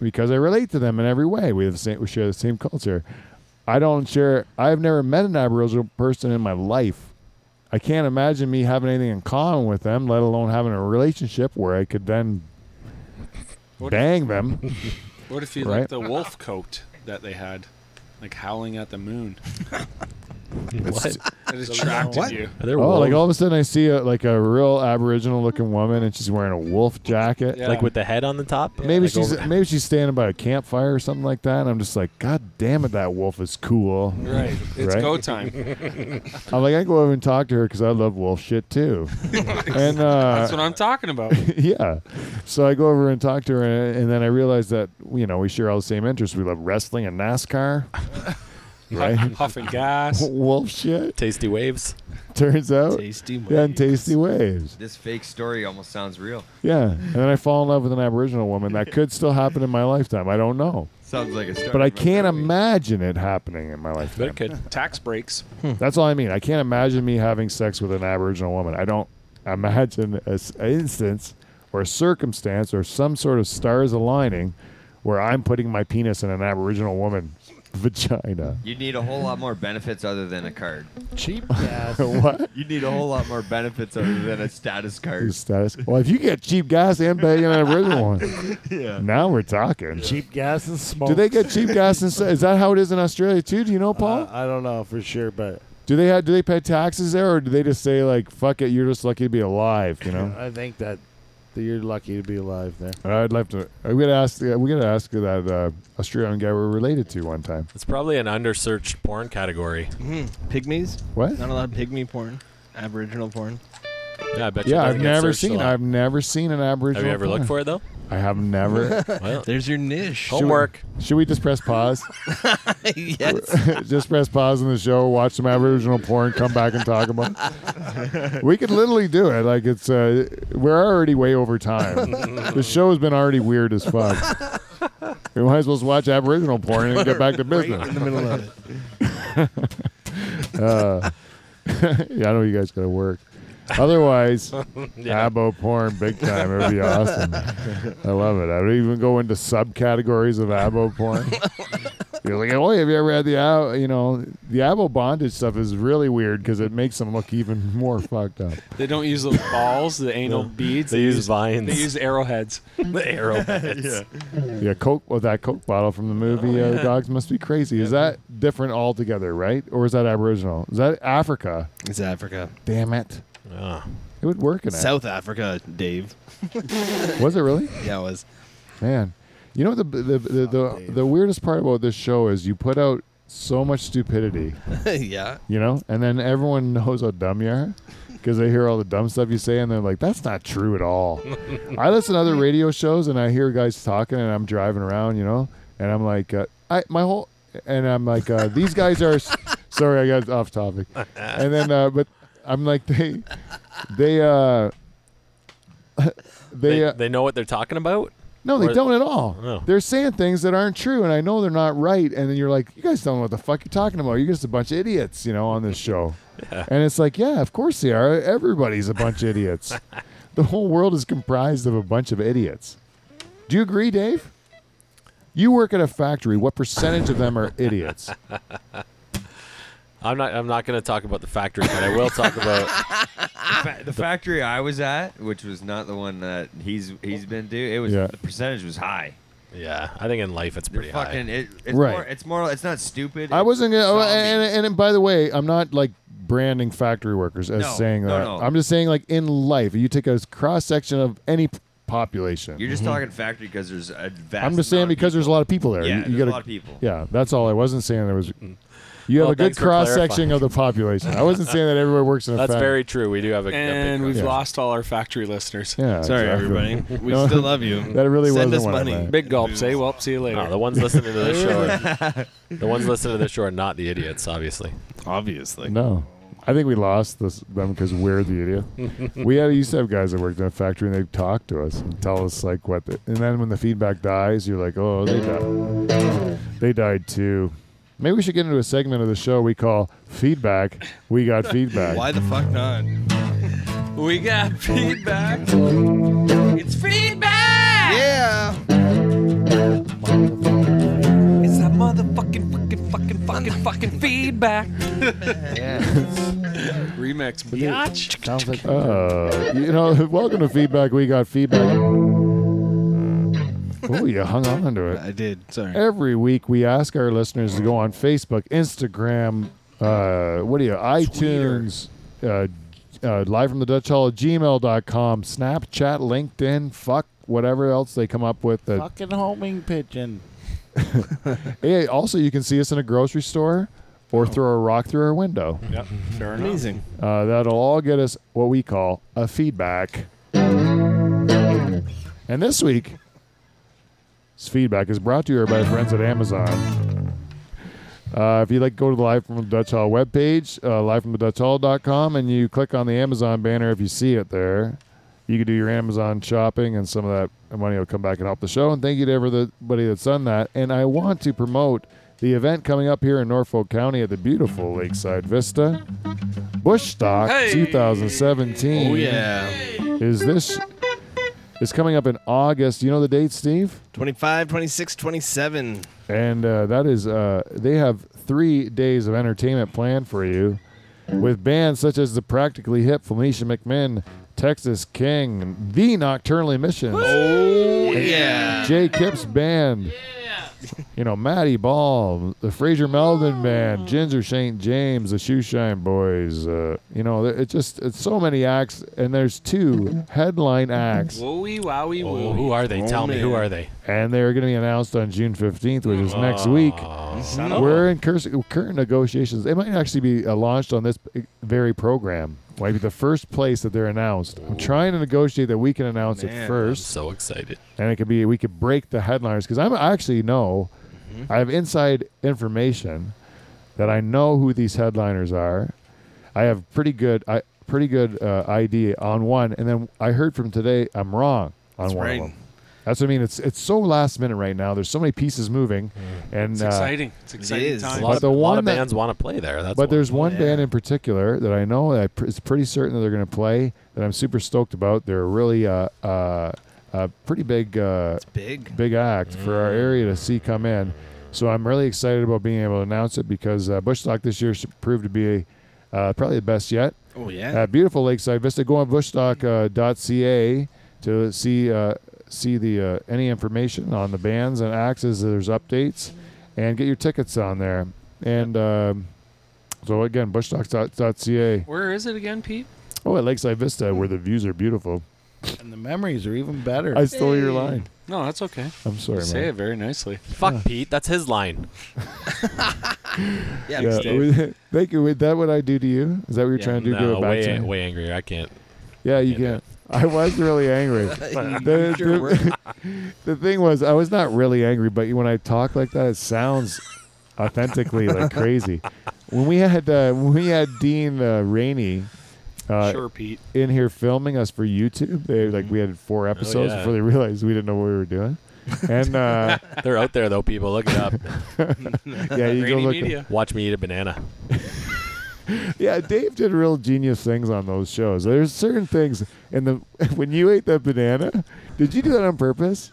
because i relate to them in every way we have the same, we share the same culture i don't share i've never met an aboriginal person in my life i can't imagine me having anything in common with them let alone having a relationship where i could then
What-
bang them
What if you
Right.
like the wolf coat that they had, like howling at the moon?
What?
That attracted
What?
you.
Are there
oh like
wolves?
all of a sudden i see a, like a real aboriginal looking woman and she's wearing a wolf jacket
Yeah.
Like with the head on the top?
Maybe
Like
she's
over-
maybe she's standing by a campfire or something like that. And I'm just like, God damn it, that wolf is cool.
Right. It's
Right?
go time.
I'm like, I go over and talk to her because I love wolf shit too.
That's
and uh,
what I'm talking about.
yeah, so I go over and talk to her, and, and then I realize that you know we share all the same interests. We love wrestling and NASCAR, right?
Huffing gas.
wolf shit.
tasty waves.
Turns out,
Tasty.
yeah, and tasty waves.
This fake story almost sounds real.
Yeah, and then I fall in love with an Aboriginal woman. That could still happen in my lifetime. I don't know,
Sounds like a story.
but I
from a
can't
movie.
imagine it happening in my lifetime.
But it could.
Tax breaks.
That's all I mean. I can't imagine me having sex with an Aboriginal woman. I don't imagine an instance or a circumstance or some sort of stars aligning where I'm putting my penis in an Aboriginal woman vagina.
You'd need a whole lot more benefits other than a card.
cheap gas.
what?
You'd need a whole lot more benefits other than a status card.
Is Status. Well, if you get cheap gas and pay an Aboriginal one,
Yeah.
now we're talking.
cheap gas and smoke.
Do they get cheap gas? And is that how it is in Australia too? Do you know, Paul?
Uh, I don't know for sure, but
do they have, do they pay taxes there, or do they just say like, "Fuck it, you're just lucky to be alive"? You know.
I think that that you're lucky to be alive there.
I'd love to. We gotta ask. yeah, We gotta ask that uh, Australian guy we're related to one time.
It's probably an undersearched porn category.
Mm, pygmies?
What?
Not a lot of pygmy porn. Aboriginal porn.
Yeah, I bet. you
Yeah,
it doesn't
I've
get
never
searched a
seen.
lot.
I've never seen an Aboriginal.
Have you ever looked
porn.
for it though?
I have never.
Well,
There's your niche.
homework.
Should we just press pause?
yes.
just press pause on the show, watch some Aboriginal porn, come back and talk about. it. we could literally do it. Like it's. Uh, we're already way over time. the show has been already weird as fuck. we might as well just watch Aboriginal porn and get back to business.
In the middle of it.
Uh, yeah, I know you guys gotta work. Otherwise,
Yeah.
abo porn big time. It would be awesome. I love it. I would even go into subcategories of abo porn. You're like, oh, have you ever had the, ab-" you know, the abo bondage stuff is really weird because it makes them look even more fucked up.
They don't use the balls, the anal beads.
They use vines.
They use arrowheads.
the arrowheads.
Yeah, Coke, well, that Coke bottle from the movie uh, Dogs Must Be Crazy. Is that different altogether, right? Or is that Aboriginal? Is that Africa?
It's Africa.
Damn it.
Ah.
It would work in it.
South Africa, Dave.
Was it really?
Yeah, it was.
Man, you know what the the, the, the the weirdest part about this show is you put out so much stupidity,
yeah.
you know, and then everyone knows how dumb you are because they hear all the dumb stuff you say and they're like, "That's not true at all." I listen to other radio shows and I hear guys talking and I'm driving around, you know, and I'm like, uh, "I my whole," and I'm like, uh, "These guys are." s- Sorry, I got off topic, and then uh, but I'm like they they uh they,
They,
uh,
they know what they're talking about.
no, they
Or-
don't at all.
No.
They're saying things that aren't true, and I know they're not right. And then you're like, you guys don't know what the fuck you're talking about. You're just a bunch of idiots, you know, on this show. And it's like, yeah, of course they are. Everybody's a bunch of idiots. The whole world is comprised of a bunch of idiots. Do you agree, Dave? You work at a factory. What percentage of them are idiots?
I'm not. I'm not going to talk about the factory, but I will talk about.
Fa- the factory I was at, which was not the one that he's he's been to, it was
Yeah.
the percentage was high.
Yeah, I think in life it's
They're
pretty high.
fucking it, it's
Right.
more it's more it's not stupid.
I
it's
wasn't gonna. oh, and,
zombies.
and, and by the way, I'm not like branding factory workers as
No,
saying
no,
that.
no.
I'm just saying like in life, you take a cross section of any p- population.
You're just talking factory because there's a vast.
I'm just saying
amount of
because there's a lot of people there.
Yeah,
you, you
there's
gotta,
a lot of people.
Yeah, that's all. I wasn't saying there was. You have
Well,
a good
thanks for
cross section of the population. I wasn't saying that everywhere works in a
That's
fact-
very true. We do have a. a big
And we've
Yeah.
lost all our factory listeners.
Yeah,
Sorry,
exactly.
everybody. We
No.
still love you.
That really
Send
wasn't
us
one of
money.
my-
Big gulp. Say, well, see you later.
No, Oh, the ones listening to this show. Are, the ones listening to this show are not the idiots, obviously.
Obviously.
No, I think we lost this, them because we're the idiot. we had used to have guys that worked in a factory and they'd talk to us and tell us like what. The, and then when the feedback dies, you're like, oh, they died. They died too. Maybe we should get into a segment of the show we call "Feedback." We got feedback.
Why the fuck not?
We got feedback.
It's feedback!
Yeah.
It's that motherfucking, fucking, fucking, fucking, fucking feedback.
Remix.
Sounds like
Uh, you know, welcome to feedback. We got feedback. Oh, you hung on to it.
I did. Sorry.
Every week, we ask our listeners to go on Facebook, Instagram, uh, what do you, iTunes, uh, uh, live from the Dutch Hall at gmail.com, Snapchat, LinkedIn, fuck, whatever else they come up with. That,
fucking homing pigeon.
hey, also, you can see us in a grocery store or throw a rock through our window.
Yep. Fair enough.
Amazing.
Uh, that'll all get us what we call a feedback. And this week, this feedback is brought to you by our friends at Amazon. Uh, if you'd like, go to the Live from the Dutch Hall webpage, uh, livefromthedutchhall.com, and you click on the Amazon banner if you see it there. You can do your Amazon shopping, and some of that money will come back and help the show. And thank you to everybody that's done that. And I want to promote the event coming up here in Norfolk County at the beautiful Lakeside Vista. Bush Stock 2017
Oh yeah.
is this is coming up in August. You know the date, Steve?
25, 26, 27.
And uh, that is, uh, they have three days of entertainment planned for you with bands such as the Practically Hip, Felicia McMinn, Texas King, The Nocturnal Emissions,
Oh yeah.
Jay Kipp's Band, you know, Matty Ball, the Fraser Meldon Band, Ginger St. James, the Shoeshine Boys. Uh, you know, it just it's so many acts, and there's two headline acts,
Wooey wowie
Oh,
woo.
who are they? Tell me, who are they?
and they're going to be announced on June 15th, which is next week. We're in curs- current negotiations. They might actually be uh, launched on this very program. Might be the first place that they're announced. I'm trying to negotiate that we can announce it
Man.
I'm
first
so excited.
and it could be we could break the headliners because I actually know I have inside information that I know who these headliners are. I have pretty good I pretty good uh, idea on one, and then I heard from today I'm wrong on one
right.
of them. That's what I mean. It's it's so last minute right now. There's so many pieces moving, and
Mm. It's
uh,
exciting. It's exciting
is.
A
time.
lot,
But
of,
the
a lot
one
of
that-
bands want to play there. That's
but
why.
there's one
Yeah.
band in particular that I know that I pr- is pretty certain that they're going to play that I'm super stoked about. They're really uh, uh, a pretty big uh,
Big.
big act for
Mm.
our area to see come in. So I'm really excited about being able to announce it because uh, Bushstock this year s- proved to be uh, probably the best yet.
Oh yeah.
Uh, beautiful lakeside vista. Go on uh, bushstock.ca to see uh, see the uh, any information on the bands and acts as there's updates, and get your tickets on there. And um, so again, bushstock.ca.
Where is it again, Pete?
Oh, at Lakeside Vista, where the views are beautiful.
And the memories are even better.
I stole your line.
No, that's okay.
I'm sorry,
You
man.
say it very nicely.
Fuck Pete. That's his line.
yeah.
Yeah, with- thank you. Is that what I do to you? Is that what you're
Yeah,
trying to do? give
no,
it back
way,
to me?
way angrier. I can't.
Yeah, you
Yeah,
can. I was really angry. the,
sure
the, the thing was, I was not really angry, but when I talk like that, it sounds authentically like crazy. When we had uh, when we had Dean uh, Rainey uh,
sure, Pete.
in here filming us for YouTube, they like we had four episodes
yeah.
before they realized we didn't know what we were doing. And uh,
They're out there though, people. Look it up.
yeah, you go
Rainy
look.
Media.
Watch me eat a banana.
Yeah, Dave did real genius things on those shows. There's certain things, and the when you ate that banana, did you do that on purpose?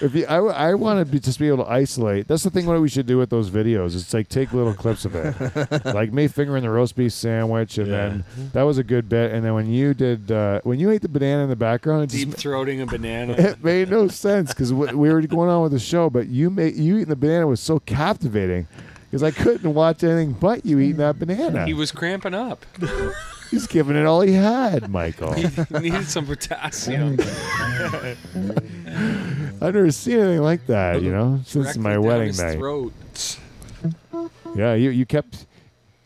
If you, I, w- I want to be, just be able to isolate. That's the thing. What we should do with those videos? It's like take little clips of it, like me fingering the roast beef sandwich, and then that was a good bit. And then when you did, uh, when you ate the banana in the background, it,
Deep
just,
throating a banana.
it made no sense because we were going on with the show. But you made you eating the banana was so captivating because I couldn't watch anything but you eating that banana.
he was cramping up.
He's giving it all he had, Michael.
He needed some potassium.
I've never seen anything like that, you know, since
Directly
my
down
wedding
his
night.
Throat.
Yeah, you, you kept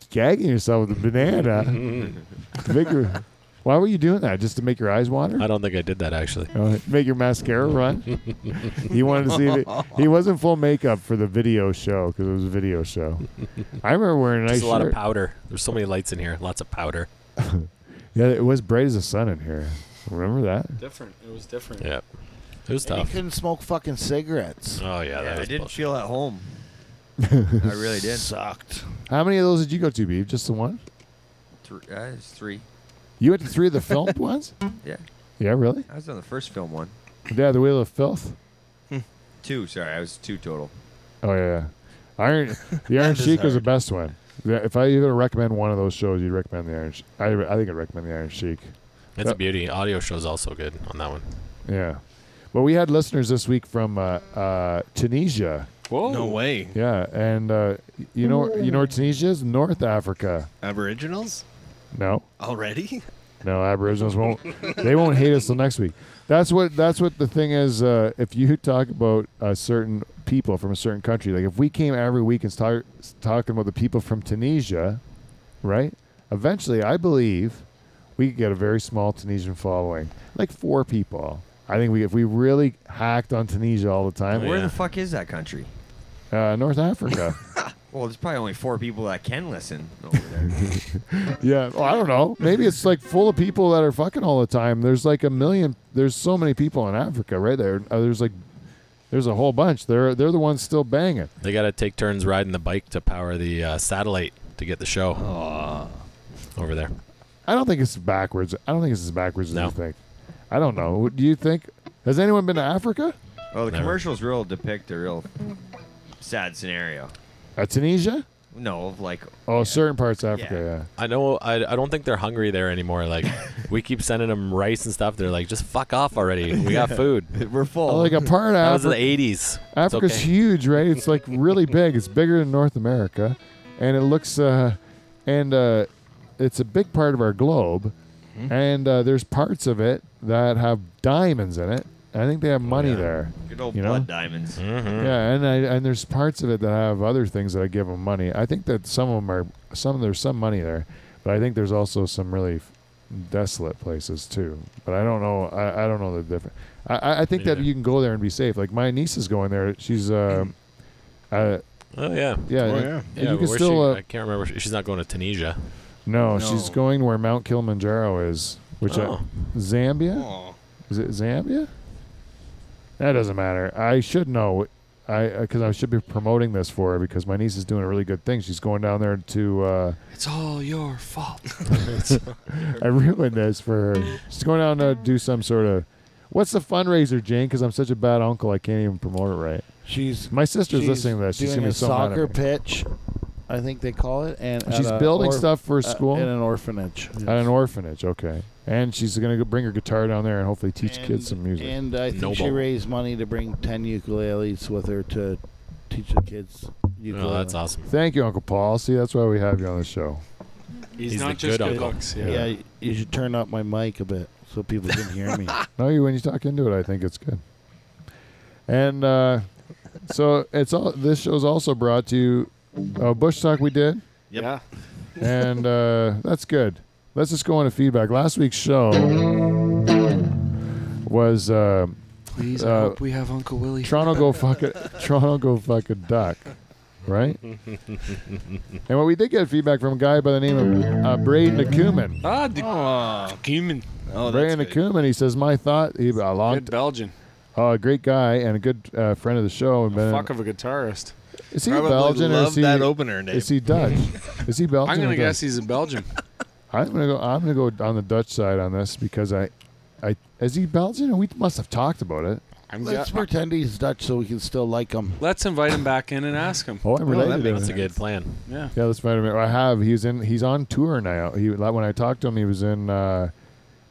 gagging yourself with a banana. To make your- why were you doing that? Just to make your eyes water?
I don't think I did that actually.
Uh, make your mascara run. he wanted to see if it, he wasn't full makeup for the video show because it was a video show. I remember wearing a nice
There's a lot of
shirt.
powder. There's so many lights in here. Lots of powder.
yeah, it was bright as the sun in here. Remember that?
Different. It was different.
Yeah. It was
And you
tough.
couldn't smoke fucking cigarettes.
Oh yeah, that
Yeah, I
was
didn't
bullshit.
feel at home. I really did.
Sucked.
How many of those did you go to, Beeb? Just the one?
Three, uh, it was three.
You went to three of the filmed ones?
Yeah,
Yeah, really?
I was on the first film one.
Yeah, the Wheel of Filth.
Two, sorry, I was two total.
Oh yeah, Iron the Iron Sheik was the best one. Yeah, If I even recommend one of those shows, you'd recommend the Iron. Sh- I I think I'd recommend the Iron Sheik.
It's a beauty. Audio show's also good on that one.
Yeah, but we had listeners this week from uh, uh, Tunisia.
Whoa.
No way.
Yeah, and uh, y- you know you know where Tunisia is? North Africa.
Aboriginals
No,
already?
no Aboriginals won't. They won't hate us till next week. That's what that's what the thing is. Uh, if you talk about a certain people from a certain country, like if we came every week and start talking about the people from Tunisia, right? Eventually, I believe we could get a very small Tunisian following, like four people. I think we if we really hacked on Tunisia all the time,
Oh,
Where
yeah.
the fuck is that country?
uh, North Africa.
Well, there's probably only four people that can listen over there.
yeah, oh, I don't know. Maybe it's like full of people that are fucking all the time. There's like a million. There's so many people in Africa, right there. Uh, there's like, there's a whole bunch. They're they're the ones still banging.
They gotta take turns riding the bike to power the uh, satellite to get the show over there.
I don't think it's backwards. I don't think it's as backwards as
No.
you think. I don't know. Do you think? Has anyone been to Africa?
well, the
Never.
commercials real depict a real sad scenario.
Uh, Tunisia?
No, of like
Oh, certain parts of Africa,
Yeah.
yeah.
I know. I, I don't think they're hungry there anymore. Like, we keep sending them rice and stuff. They're like, just fuck off already. We got food.
We're full.
Oh, like a part
That
of
was in the
Africa.
'80s.
Africa's
okay.
huge, right? It's like really big. It's bigger than North America, and it looks uh, and uh, it's a big part of our globe.
Mm-hmm.
And uh, there's parts of it that have diamonds in it. I think they have money
Oh, yeah.
there.
good old
You know?
blood diamonds.
Mm-hmm.
Yeah, and I, and there's parts of it that have other things that I give them money. I think that some of them are some there's some money there, but I think there's also some really f- desolate places too. But I don't know. I, I don't know the difference. I- I, I think
Me
that
neither.
you can go there and be safe. Like my niece is going there. She's uh, uh
Oh
yeah,
yeah.
Oh,
and-
yeah.
and
Yeah,
you
but
can
where's
still uh,
she, I can't remember. She's not going to Tunisia.
no, She's
No.
going where Mount Kilimanjaro is, which
Oh.
I, Zambia
Oh.
is it Zambia? That doesn't matter. I should know. I because I should be promoting this for her because my niece is doing a really good thing. She's going down there to. Uh,
It's all your fault.
I ruined this for her. She's going down to do some sort of. What's the fundraiser, Jane? Because I'm such a bad uncle, I can't even promote it right.
She's
My sister's
she's
listening to this. She's
doing
gonna
a
be so mad at
soccer
me.
pitch, I think they call it, and at
She's
a
building
or-
stuff for
uh,
school
in an orphanage.
at an orphanage. Okay, and she's gonna go bring her guitar down there and hopefully teach
And-
kids some music.
And I think she
Noble.
raised money to bring ten ukuleles with her to teach the kids ukulele.
Oh, that's awesome.
Thank you, Uncle Paul. See, that's why we have you on the show.
He's,
He's
not
the
just
good
good
uncle.
looks.
Yeah, y- you should turn up my mic a bit so people can hear me.
No, you when you talk into it, I think it's good. And uh, so it's all. This show's also brought to you. Uh, Bush talk we did,
Yeah.
and uh, that's good. Let's just go into feedback. Last week's show was uh,
Please,
Uh,
I hope we have Uncle Willie.
Toronto go fuck it. Toronto go fuck a duck, right? and what we did get feedback from a guy by the name of uh, Braden Akuman.
ah, the
Oh,
cumin.
oh that's
Braden
good.
Akuman. He says my thought. He a long,
Good Belgian.
uh, great guy and a good uh, friend of the show. And been
Fuck of a guitarist.
Is he
Probably
Belgian or is
love
he,
that opener, Dave.
is he Dutch? is he Belgian?
I'm
or
gonna
Dutch?
guess he's a Belgian.
I'm gonna go. I'm gonna go on the Dutch side on this because I, I is he Belgian? We must have talked about it.
I'm guess.
Let's pretend he's Dutch so we can still like him.
Let's invite him back in and ask him.
Oh, I'm related. to him.
That's a good plan.
Yeah.
yeah, that's right. I have. He's in. He's on tour now. He like, when I talked to him, he was in uh,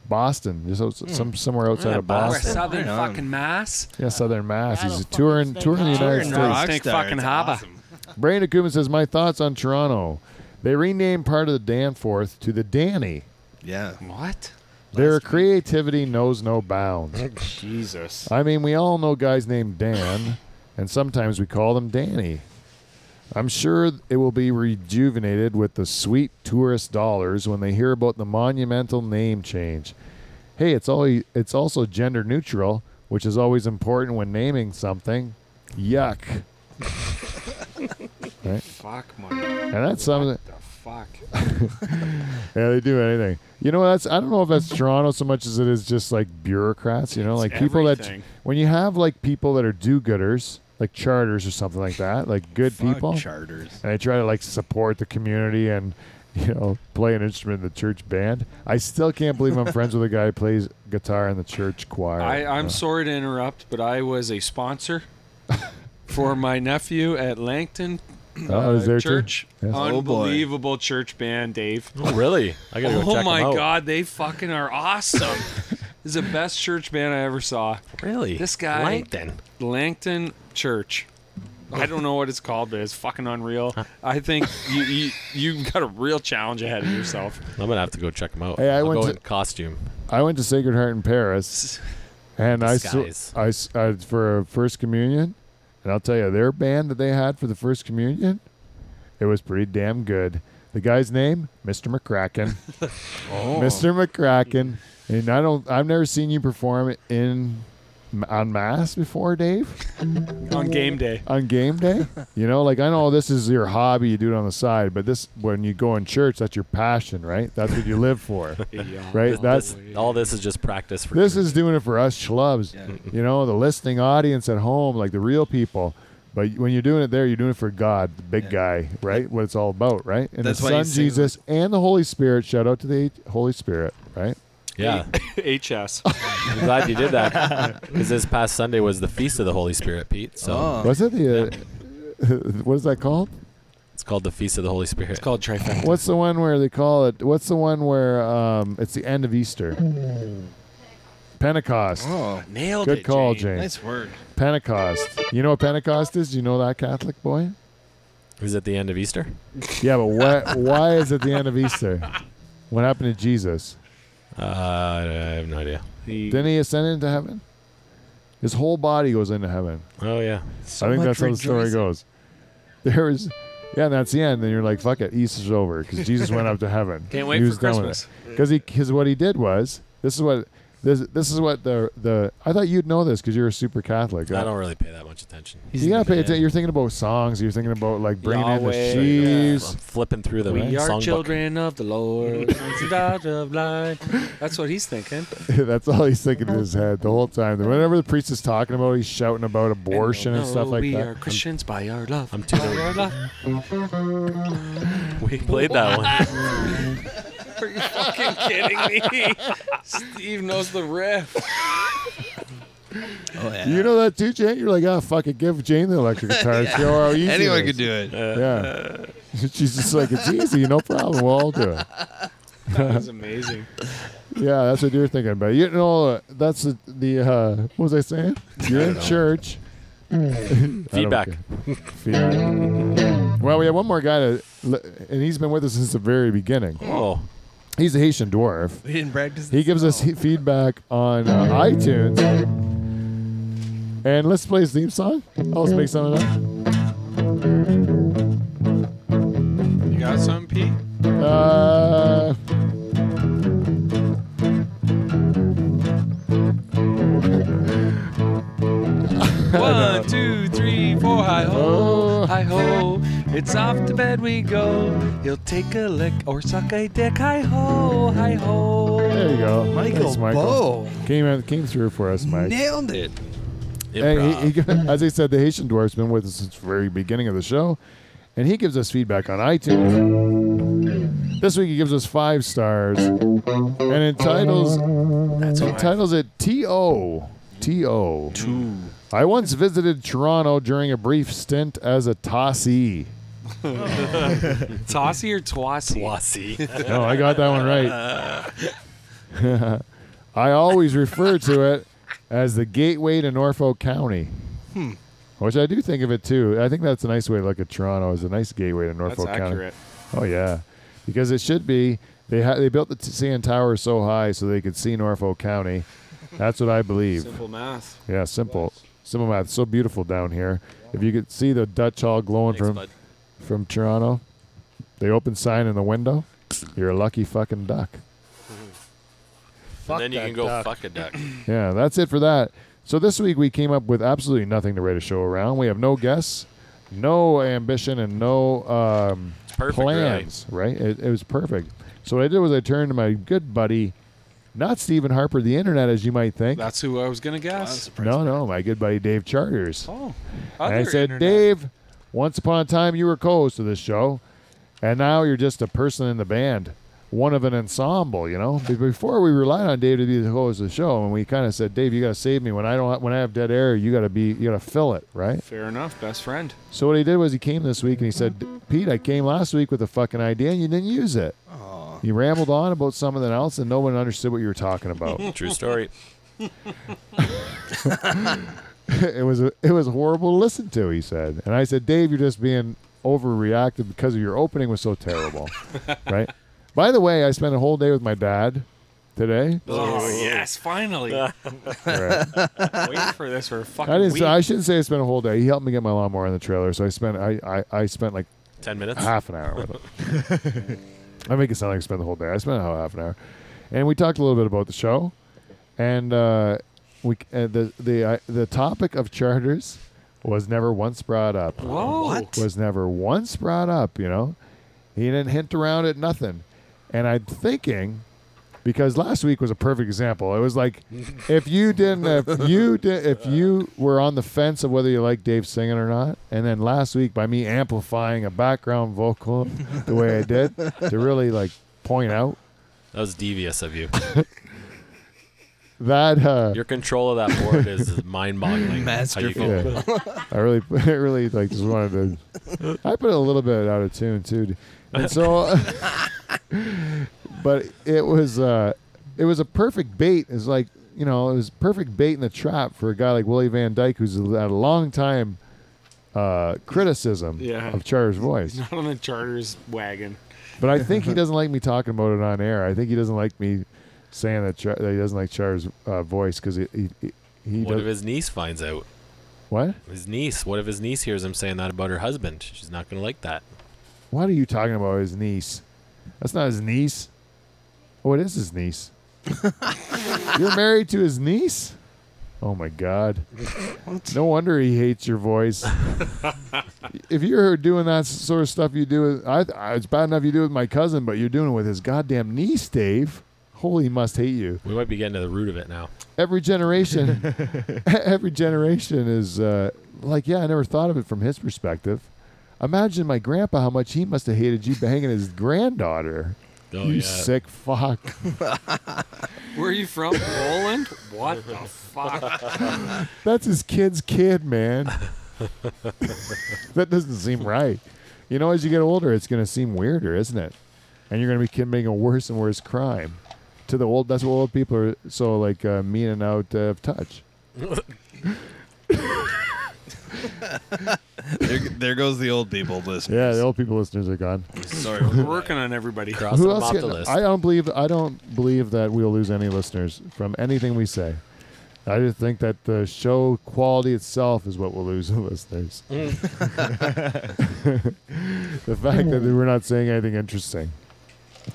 Boston, just outs some somewhere outside
Yeah,
of Boston.
Boston.
Southern fucking Mass.
Yeah, Southern Mass.
That'll
He's
fucking
touring
stay
touring the
hot.
United
You're
States.
a rock
Snake
star.
fucking
It's
haba.
awesome.
Brandon Cooman says, "My thoughts on Toronto. They renamed part of the Danforth to the Danny.
Yeah.
What?
Their creativity knows no bounds."
Jesus.
I mean, we all know guys named Dan, and sometimes we call them Danny. I'm sure it will be rejuvenated with the sweet tourist dollars when they hear about the monumental name change. Hey, it's all it's also gender neutral, which is always important when naming something. Yuck.
Fuck, man.
And that's something
The fuck.
Yeah, they do anything. You know, that's I don't know if that's Toronto so much as it is just like bureaucrats. You know, like people that
everything.
when you have like people that are do-gooders, like charters or something like that, like good
Fuck
people,
charters.
and they try to like support the community and you know play an instrument in the church band. I still can't believe I'm friends with a guy who plays guitar in the church choir.
I, I'm
Uh,
sorry to interrupt, but I was a sponsor for my nephew at Langton
oh, I was
uh,
there too?
Church.
Yes.
Oh, boy.
Unbelievable church band, Dave.
Oh, really? I gotta go check
Oh
'em
my
out.
God, they fucking are awesome. this is the best church band I ever saw.
Really?
This guy-
Langton.
Langton Church. I don't know what it's called, but it's fucking unreal. I think you you you got a real challenge ahead of yourself.
I'm gonna have to go check him out.
Hey, I
I'll
went
go
to-
in costume.
I went to Sacred Heart in Paris. And I, sw-
Disguise.
I, s- I- for first communion, and I'll tell you, their band that they had for the first communion, it was pretty damn good. The guy's name, Mr. McCracken. Mr. McCracken. And I don't, I've never seen you perform in on mass before, Dave,
On game day,
on game day. you know, like I know this is your hobby, you do it on the side, but this when you go in church, that's your passion, right? That's what you live for, right? That's
All this is just practice for.
this is doing it for us schlubs,
Yeah.
you know, the listening audience at home, like the real people. But when you're doing it there, you're doing it for God, the big guy, right? What it's all about, right? And
That's
the
why you
Son,
sing-
Jesus, and the Holy Spirit. Shout out to the Holy Spirit, right?
yeah.
HS.
I'm glad you did that because this past Sunday was the feast of the Holy Spirit, Pete. So
Oh.
Was it the, uh, what is that called?
It's called the Feast of the Holy Spirit.
It's called trifecta.
What's the one where they call it? What's the one where um, it's the end of Easter? Pentecost.
Oh,
Nailed
Good
it,
call,
Jane.
Jane.
nice word.
Pentecost. You know what Pentecost is? Do you know that Catholic boy?
Is it the end of Easter?
Yeah, but why, why is it the end of Easter? What happened to Jesus?
Uh, I have no idea.
Didn't he ascend into heaven? His whole body goes into heaven.
Oh
I
yeah.
think
much
that's how the story
rejoicing.
goes. There is, yeah, and that's the end. Then you're like, fuck it, Easter's over because Jesus went up to heaven.
Can't wait
he
for
was done with
Christmas.
it. Cause he, cause what he did was, this is what, this, this is what the the. I thought you'd know this because you're a super Catholic.
I
right?
don't really pay that much attention.
You gotta pay attention. You're thinking about songs. You're thinking about like bringing
Yahweh.
in the sheaves.
I'm flipping through the
We are
songbook.
children of the Lord. sons and daughters of light. That's what he's thinking.
That's all he's thinking in his head the whole time. Whenever the priest is talking about, it, he's shouting about abortion
Oh,
and
No,
stuff like
we
that.
are Christians by our love.
I'm too-
by our love.
We played that one.
Are you fucking kidding me? Steve knows the riff.
Oh yeah.
You know that too, Jane. You're like, ah, fuck it, give Jane the electric guitar. and See how easy
Anyone
it is."
could do it.
Yeah. She's just like, it's easy, no problem. We'll all do it.
That was amazing.
Yeah, that's what you're thinking. But you know, uh, that's the, the uh, what was I saying? You're in church.
Feedback.
Feedback. Well, we have one more guy, to, and he's been with us since the very beginning.
Oh,
He's a Haitian dwarf.
We didn't practice.
He gives us he- feedback on uh, iTunes. And let's play his theme song. Oh, let's make some of that.
You got some, Pete?
Uh,
One, two, three, four. Hi ho,
Oh.
hi ho. It's off to bed we go. He'll take a lick or suck a dick. Hi ho, hi ho.
there you go.
Michael,
Thanks, Michael.
Bo
Came, out- came through for us, Mike.
nailed it.
And
improv.
he, he, as I said, the Haitian dwarf's been with us since the very beginning of the show, and he gives us feedback on iTunes. This week he gives us five stars and entitles entitles it T.O. T.O. I once visited Toronto during a brief stint as a Tossie.
Tossy or twassy?
Wassy.
No, I got that one right. I always refer to it as the gateway to Norfolk County.
Hmm.
Which I do think of it too. I think that's a nice way to look at Toronto as a nice gateway to
That's
Norfolk County.
accurate.
Oh yeah, because it should be. They ha- they built the t- CN Tower so high so they could see Norfolk County. That's what I believe.
Simple math.
Yeah, simple, simple math. So beautiful down here. If you could see the Dutch Hall glowing
Thanks,
from
bud.
from Toronto. The open sign in the window. You're a lucky fucking duck.
And then you
that
can go
duck.
fuck a duck.
Yeah, that's it for that. So this week we came up with absolutely nothing to rate a show around. We have no guests, no ambition, and no um,
perfect, really.
plans. Right? It, it was perfect. So what I did was I turned to my good buddy, not Stephen Harper, the internet, as you might think.
That's who I was gonna guess.
no, no, my good buddy Dave Charters.
Oh,
And
other
I said,
internet.
Dave, once upon a time you were co-host of this show, and now you're just a person in the band, one of an ensemble. You know, Be- before we relied on Dave to be the host of the show, and we kind of said, Dave, you got to save me when I don't when I have dead air. You got to be you got to fill it, right?
Fair enough, best friend.
So what he did was he came this week and he said, Pete, I came last week with a fucking idea and you didn't use it. You rambled on about something else and no one understood what you were talking about.
True story.
it was it was horrible to listen to. He said, and I said, Dave, you're just being overreactive because of your opening was so terrible, right? By the way, I spent a whole day with my dad today.
Oh yes, finally. Waiting for this for a fucking
I didn't.
week.
I shouldn't say I spent a whole day. He helped me get my lawnmower in the trailer, so I spent I I, I spent like
Ten minutes.
half an hour with him. I make it sound like I spent the whole day. I spent a half an hour, and we talked a little bit about the show, and uh, we uh, the the uh, the topic of charters was never once brought up.
Whoa. What?
was never once brought up, you know. He didn't hint around at nothing. And I'm thinking because last week was a perfect example. It was like if you didn't if you did if you were on the fence of whether you like Dave singing or not, and then last week by me amplifying a background vocal the way I did to really like point out
That was devious of you.
that uh,
Your control of that board is mind-boggling.
Masterful.
How you
Yeah. I really, I really like just wanted to. I put it a little bit out of tune too, and so. but it was, uh, it was a perfect bait. It's like you know, it was perfect bait in the trap for a guy like Willie Van Dyke, who's had a long time uh, criticism
Yeah.
of Charter's voice.
Not on the charter's wagon.
But I think he doesn't like me talking about it on air. I think he doesn't like me saying that, Char- that he doesn't like Char's uh, voice because he he, he, he
what if
does
his niece finds out?
what?
His niece. What if his niece hears him saying that about her husband? She's not gonna like that.
What are you talking about his niece? That's not his niece. Oh, it is his niece. You're married to his niece? Oh my God. No wonder he hates your voice. if you're doing that sort of stuff you do, with, I, I, it's bad enough you do it with my cousin, but you're doing it with his goddamn niece, Dave. Holy, he must hate you.
We might be getting to the root of it now.
Every generation, every generation is uh, like, yeah, I never thought of it from his perspective. Imagine my grandpa, how much he must have hated you banging his granddaughter.
Oh
you
yeah.
sick fuck.
Where are you from? Poland? What the fuck?
That's his kid's kid, man. that doesn't seem right. You know, as you get older, it's going to seem weirder, isn't it? And you're going to be committing a worse and worse crime. To the old, that's what old people are so like uh, mean and out uh, of touch.
there, there goes the old people listening.
Yeah, the old people listeners are gone.
Sorry.
We're working on everybody.
Crossing
Who else
them off
can-
the list.
I don't believe I don't believe that we'll lose any listeners from anything we say. I just think that the show quality itself is what will lose the listeners. the fact that we're not saying anything interesting.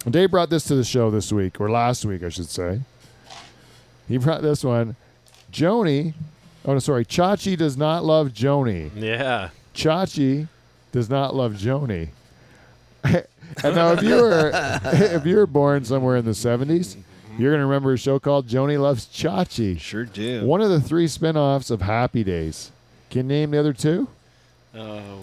Dave brought this to the show this week, or last week, I should say. He brought this one. Joni, oh, no, sorry, Chachi does not love Joni.
yeah.
Chachi does not love Joni. and now, if you were if you were born somewhere in the '70s, you're gonna remember a show called Joni Loves Chachi.
Sure do.
One of the three spin-offs of Happy Days. Can you name the other two?
Oh,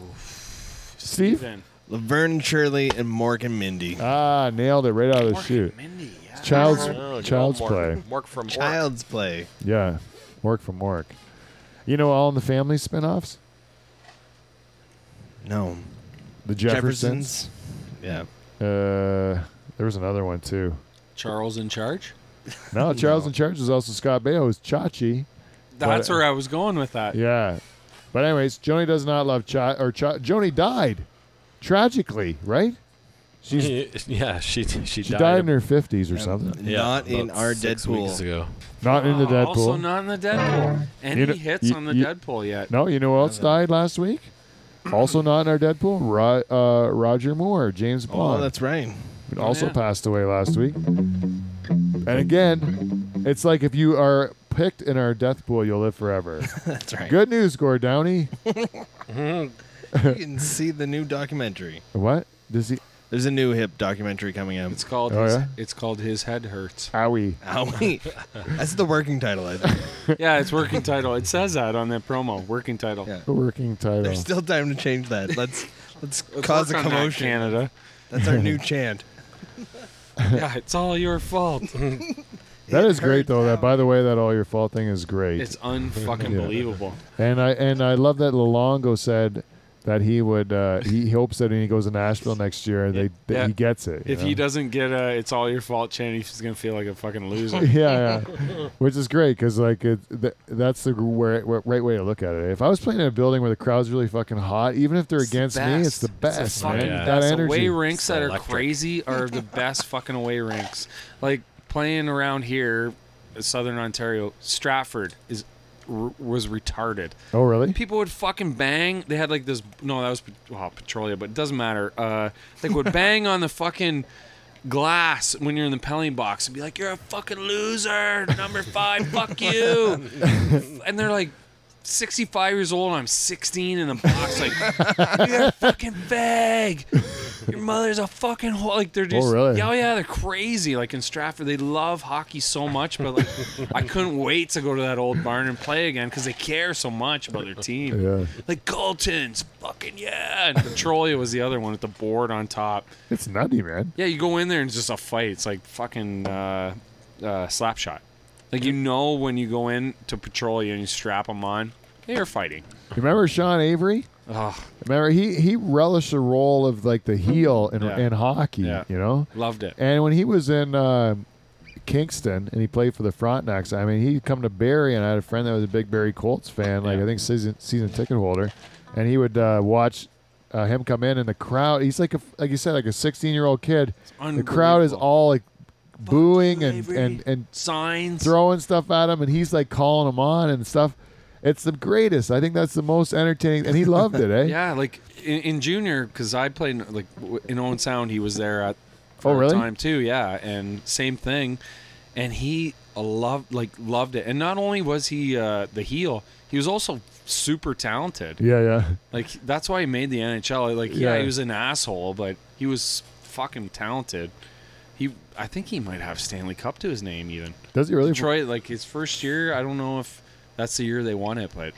Steve?
Steven.
Laverne and Shirley and Mork and Mindy.
Ah, nailed it right out of the shoot.
Mindy, yeah.
Child's
Oh, good
Child's
old
Play.
Mork. Mork from Mork.
Child's Play.
Yeah, work from work. You know All in the Family spin-offs?
No.
The Jeffersons.
Yeah.
Uh, there was another one too.
Charles in charge?
No, Charles in Charge is also Scott Baio is Chachi.
That's
But- uh,
where I was going with that.
Yeah. But anyways, Joni does not love Cha or Cha- Joni died tragically, right? She's
yeah, she she,
she
died,
died, in her fifties or something.
yeah,
Not in
about
our
six
Deadpool.
Weeks ago.
Not in the
Oh,
Deadpool.
Also not in the Deadpool. Any
You know-
hits
you-
on the
you-
Deadpool yet?
no, you know who else died last week? also not in our Deadpool. Ro- uh, Roger Moore, James
Oh,
Bond,
that's right.
also
yeah.
passed away last week. And again, it's like if you are picked in our death pool, you'll live forever.
That's right.
Good news, Gore Downey.
You can see the new documentary.
what? Does he?
There's a new hip documentary coming out.
It's called
Oh,
his,
yeah?
it's called his head hurts.
Owie.
Owie. That's the working title. I think.
yeah, it's working title. It says that on that promo. Working title.
Yeah.
The working title.
There's still time to change that. Let's let's
Let's
cause a
work on that,
commotion.
Canada.
That's our new chant.
Oh
yeah, it's all your fault.
That
It
is great
hurts
though. That
now.
by the way, that all your fault thing is great.
It's unfucking believable.
and I and I love that Lalongo said that he would uh, he, he hopes that when he goes to Nashville next year they that
Yeah.
he gets it. you
If he
know?
doesn't get a "It's all your fault" chant, he's gonna feel like a fucking loser.
yeah, yeah, which is great because like it, th- that's the where, where, right way to look at it. If I was playing in a building where the crowd's really fucking hot, even if they're
It's the
against me, it's
best.
the
It's
best. man.
fucking
That
best.
energy.
Away rinks that are
Electric.
crazy are the best fucking away rinks. Like playing around here, Southern Ontario, Stratford is r- was retarded.
oh really?
People would fucking bang. They had like this. No, that was well, Petrolia, but it doesn't matter. Uh, like would bang on the fucking glass when you're in the penalty box and be like, "You're a fucking loser, number five, fuck you," and they're like. 65 years old and I'm 16 in the box like you're a fucking fag your mother's a fucking whore like they're just
really?
yeah oh yeah they're crazy like in Stratford they love hockey so much but like I couldn't wait to go to that old barn and play again because they care so much about their team
Yeah,
like Colton's fucking yeah and Petrolia was the other one with the board on top
it's nutty, man.
yeah, you go in there and it's just a fight. It's like fucking uh, uh, slap shot. Like you know when you go in to patrol you and you strap them on, they are fighting.
You remember Sean Avery?
Ugh,
Remember he he relished the role of like the heel in,
Yeah.
in hockey.
Yeah.
You know,
loved it.
and when he was in uh, Kingston and he played for the Frontenacs, I mean he'd come to Barry and I had a friend that was a big Barry Colts fan, like
Yeah.
I think season season ticket holder, and he would uh, watch. Uh, him come in and the crowd. He's like a like you said, like a 16 year old kid. The crowd is
Unbelievable.
all like booing
you,
and,
Avery.
and and
signs.
throwing stuff at him and he's like calling him on and stuff. It's the greatest. I think that's the most entertaining, and he loved it, eh?
Yeah, like in, in junior, because I played in- like w- in Owen Sound, he was there at
Oh,
for a
really?
time too. Yeah, and same thing, and he uh, loved like loved it. And not only was he uh, the heel, he was also super talented.
yeah, yeah.
Like that's why he made the NHL. Like yeah,
Yeah.
he was an asshole, but he was fucking talented. He, I think he might have Stanley Cup to his name even.
Does he really?
Detroit, like his first year, I don't know if that's the year they won it, but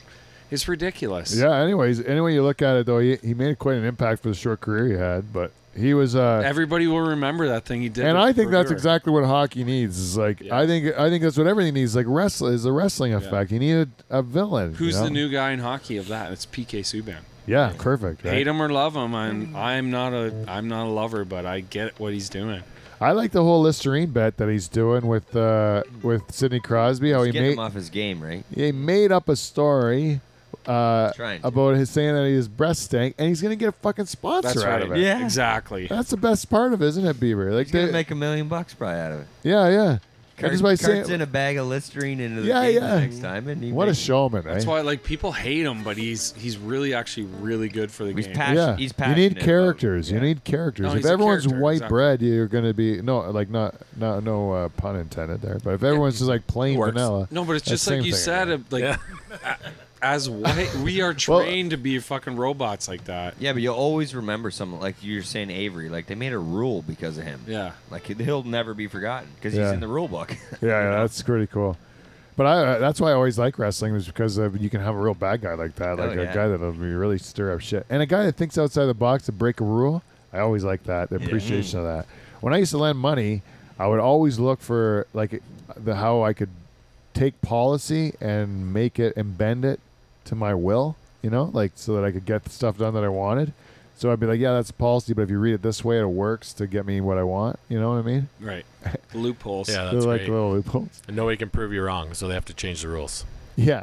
it's ridiculous.
Yeah. Anyways, anyway you look at it though, he, he made quite an impact for the short career he had, but he was. Uh,
Everybody will remember that thing he did.
and
with
I think that's
Berger.
exactly what hockey needs. Is like
Yeah.
I think I think that's what everything needs. Like wrestling is the wrestling effect. You need a, a villain. you
Who's
know?
the new guy in hockey of that? It's PK Subban.
Yeah, perfect. Right?
Hate him or love him, I'm I'm not a I'm not a lover, but I get what he's doing.
I like the whole Listerine bet that he's doing with uh, with Sidney Crosby. How
He's
he
getting
made
him off his game, right?
he made up a story uh,
Trying to.
about his saying that his breast stank, and he's gonna get a fucking sponsor
That's
out
right.
of it.
Yeah.
Exactly.
That's the best part of it, isn't it, Bieber? Like,
He's gonna
they-
make a million bucks probably out of it.
yeah, yeah. And
Cart,
just by
carts
saying,
in a bag of Listerine into the
Yeah,
game
yeah.
the next time, and he
what a
made-
showman!
That's
eh?
why like people hate him, but he's he's really actually really good for the
He's
game.
passion-
yeah,
he's
you
passionate.
need
about it.
characters.
Yeah.
You need characters.
No,
if
he's a
everyone's
character,
white
exactly.
bread, you're gonna be no, like not, not no uh, pun intended there. But if everyone's just like plain
Works.
vanilla,
no, but it's
That's
just like
same
you
thing,
said,
yeah.
uh, like a- as white, we are trained to be fucking robots like that.
Yeah, but you'll always remember someone like you're saying Avery. Like they made a rule because of him.
Yeah.
Like he'll never be forgotten because
Yeah.
he's in the rule book.
yeah, yeah, that's pretty cool. But I, uh, that's why I always like wrestling is because uh, you can have a real bad guy like that,
Oh,
like a
yeah.
guy that'll be really stir up shit, and a guy that thinks outside the box to break a rule. I always like that the appreciation of that. When I used to lend money, I would always look for like the how I could take policy and make it and bend it to my will, you know, like so that I could get the stuff done that I wanted. So I'd be like, yeah, that's policy, but if you read it this way, it works to get me what I want. You know what I mean?
Right. Loopholes.
Yeah,
They're
that's
like
great.
little loopholes.
And nobody can prove you wrong, so they have to change the rules.
Yeah.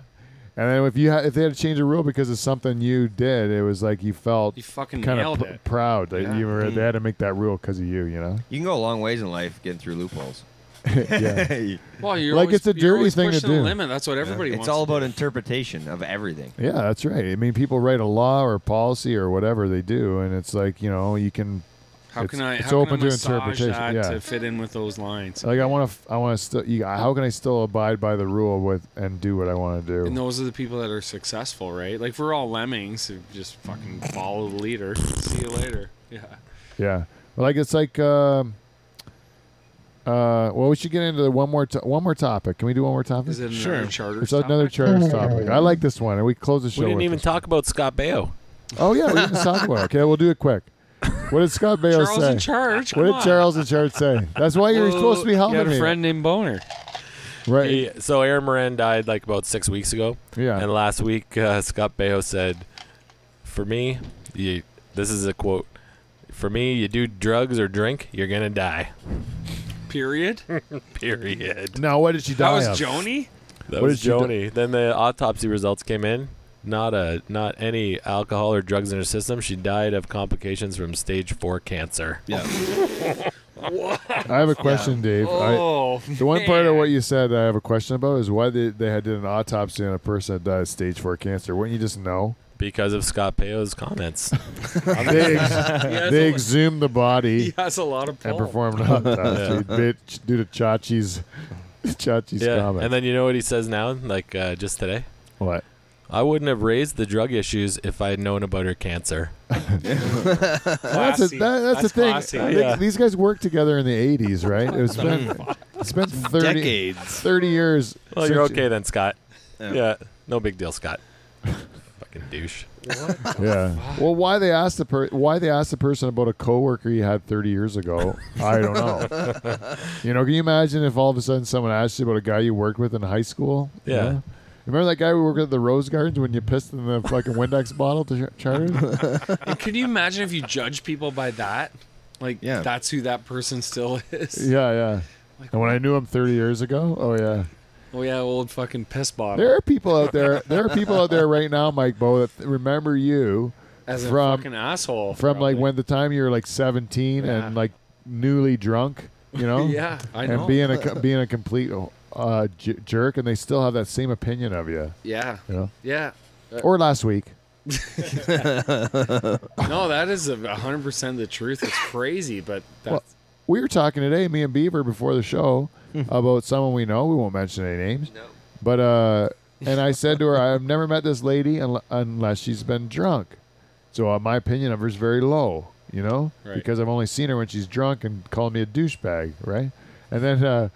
And then if you ha- if they had to change a rule because of something you did, it was like you felt
You fucking
kind of
nailed
pr-
it.
proud that
Yeah.
you were they had to make that rule because of you, you know.
you can go a long ways in life getting through loopholes.
yeah.
Well, you're
Like,
always-
it's a
you're
dirty
always
thing to
pushing the
do.
limit. That's what everybody wants.
it's all about interpretation of everything.
Yeah, that's right. I mean, people write a law or a policy or whatever they do, and it's like you know you can
How can
It's-
I?
it's
how can
open to
I massage
interpretation,
That
yeah.
To fit in with those lines.
like I want to I want to still you, how can I still abide by the rule with and do what I want to do?
and those are the people that are successful, right? Like we're all lemmings who just fucking follow the leader. See you later. Yeah.
Yeah, like it's like um, uh, well, we should get into the one more to- one more topic. Can we do one more topic?
Is it another charter?
It's another charge topic. I like this one, and we close the show.
We didn't
with
even
this.
talk about Scott Baio.
Oh yeah, we didn't talk about. It. Okay, we'll do it quick. What did Scott Baio
Charles
say?
in charge.
what
come
did
on.
Charles in charge say? That's why you're
Well,
supposed to be
You
helping
had
me,
a friend named Boner.
right?
He- so Aaron Moran died like about six weeks ago,
yeah,
and last week uh, Scott Baio said, "For me, you, this is a quote: For me, you do drugs or drink, you're gonna die."
Period.
Period.
Now what did she
That
die
was
of?
Joni.
That
What
was
did you do-
Joni. Then the autopsy results came in. Not a not any alcohol or drugs in her system. She died of complications from stage four cancer.
I have a question, Dave. I,
Oh,
the one part of what you said I have a question about is why they, they had did an autopsy on a person that died of stage four cancer. Wouldn't you just know?
Because of Scott Payo's comments.
They, ex- they exhumed the
he
body
has a lot of
and
pull.
performed an autopsy bitch, due to Chachi's Chachi's
yeah.
comment.
And then you know what he says now, like uh, just today?
what?
I wouldn't have raised the drug issues if I had known about her cancer.
That's, a,
Classy.
that, that's, the thing.
classy.
They-
Yeah.
These guys worked together in the 80s, right? It was been, it's been 30,
Decades.
30 years.
Well, you're
since-
okay then, Scott. Yeah. No big deal, Scott. Fucking douche.
Yeah. Well, why they asked the per- why they asked the person about a coworker you had 30 years ago? I don't know. you know, can you imagine if all of a sudden someone asked you about a guy you worked with in high school?
Yeah.
Remember that guy we worked at the Rose Gardens when you pissed in the fucking Windex bottle to Ch- Charters?
And can you imagine if you judge people by that? Like,
Yeah.
that's who that person still is.
yeah, yeah. And when I knew him 30 years ago, oh yeah.
Oh yeah, old fucking piss bottle.
There are people out there. There are people out there right now, Mike Bo, that th- remember you
As a
from-
fucking asshole.
from
probably.
like when the time you were like 17
Yeah.
and like newly drunk, you know?
Yeah, I know.
and being a co- being a complete uh, j- jerk, and they still have that same opinion of you.
yeah,
You know,
yeah.
or last week.
No, that is a hundred percent the truth. It's crazy, but that's
Well, we were talking today, me and Beaver, before the show, about someone we know. We won't mention any names. No. But uh, and I said to her, I've never met this lady unle- unless she's been drunk. So uh, my opinion of her is very low, you know,
Right.
because I've only seen her when she's drunk and called me a douchebag, right? And then, uh,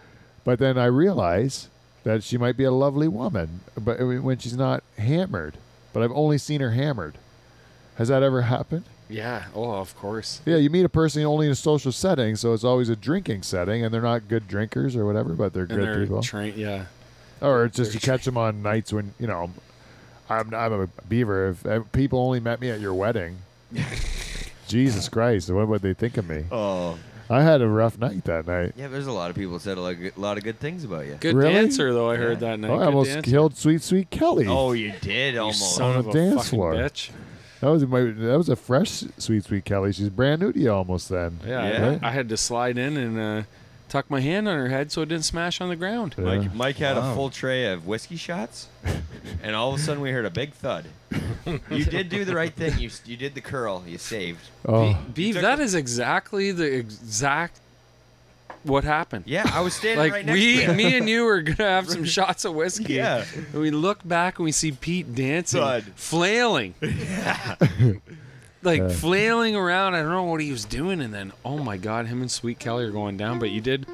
but then I realize that she might be a lovely woman, but when she's not hammered. But I've only seen her hammered. Has that ever happened?
yeah. Oh, of course.
Yeah, you meet a person only in a social setting, so it's always a drinking setting, and they're not good drinkers or whatever, but they're
And
good
they're
people.
trained. Yeah.
or it's just you catch them on nights when you know, I'm I'm a beaver. If, if people only met me at your wedding, Jesus Christ, what would they think of me?
Oh,
I had a rough night that night.
yeah. There's a lot of people that said a lot of, a lot of good things about you.
Good
Really?
dancer though. I heard that night.
Oh, I
Good
almost
dancer.
killed sweet sweet Kelly.
Oh, you did
You
almost.
son
On
of
the
a
dance
fucking
floor.
bitch.
That was my that was a fresh sweet sweet Kelly. She's brand new to you almost then.
Yeah. I-
Yeah.
I, had to slide in and uh, tuck my hand on her head so it didn't smash on the ground.
Yeah.
Mike, Mike had a full tray of whiskey shots, and all of a sudden we heard a big thud. you did do the right thing. You s- you did the curl. You saved.
Oh.
Beef,
took
that
a-
is exactly the exact what happened.
Yeah, I was standing
Like
right next
we,
to you.
me and you were gonna have some shots of whiskey.
Yeah.
And we look back and we see Pete dancing,
Bud.
flailing. like
Yeah.
flailing around. I don't know what he was doing. And then, oh my God, him and Sweet Kelly are going down. But you did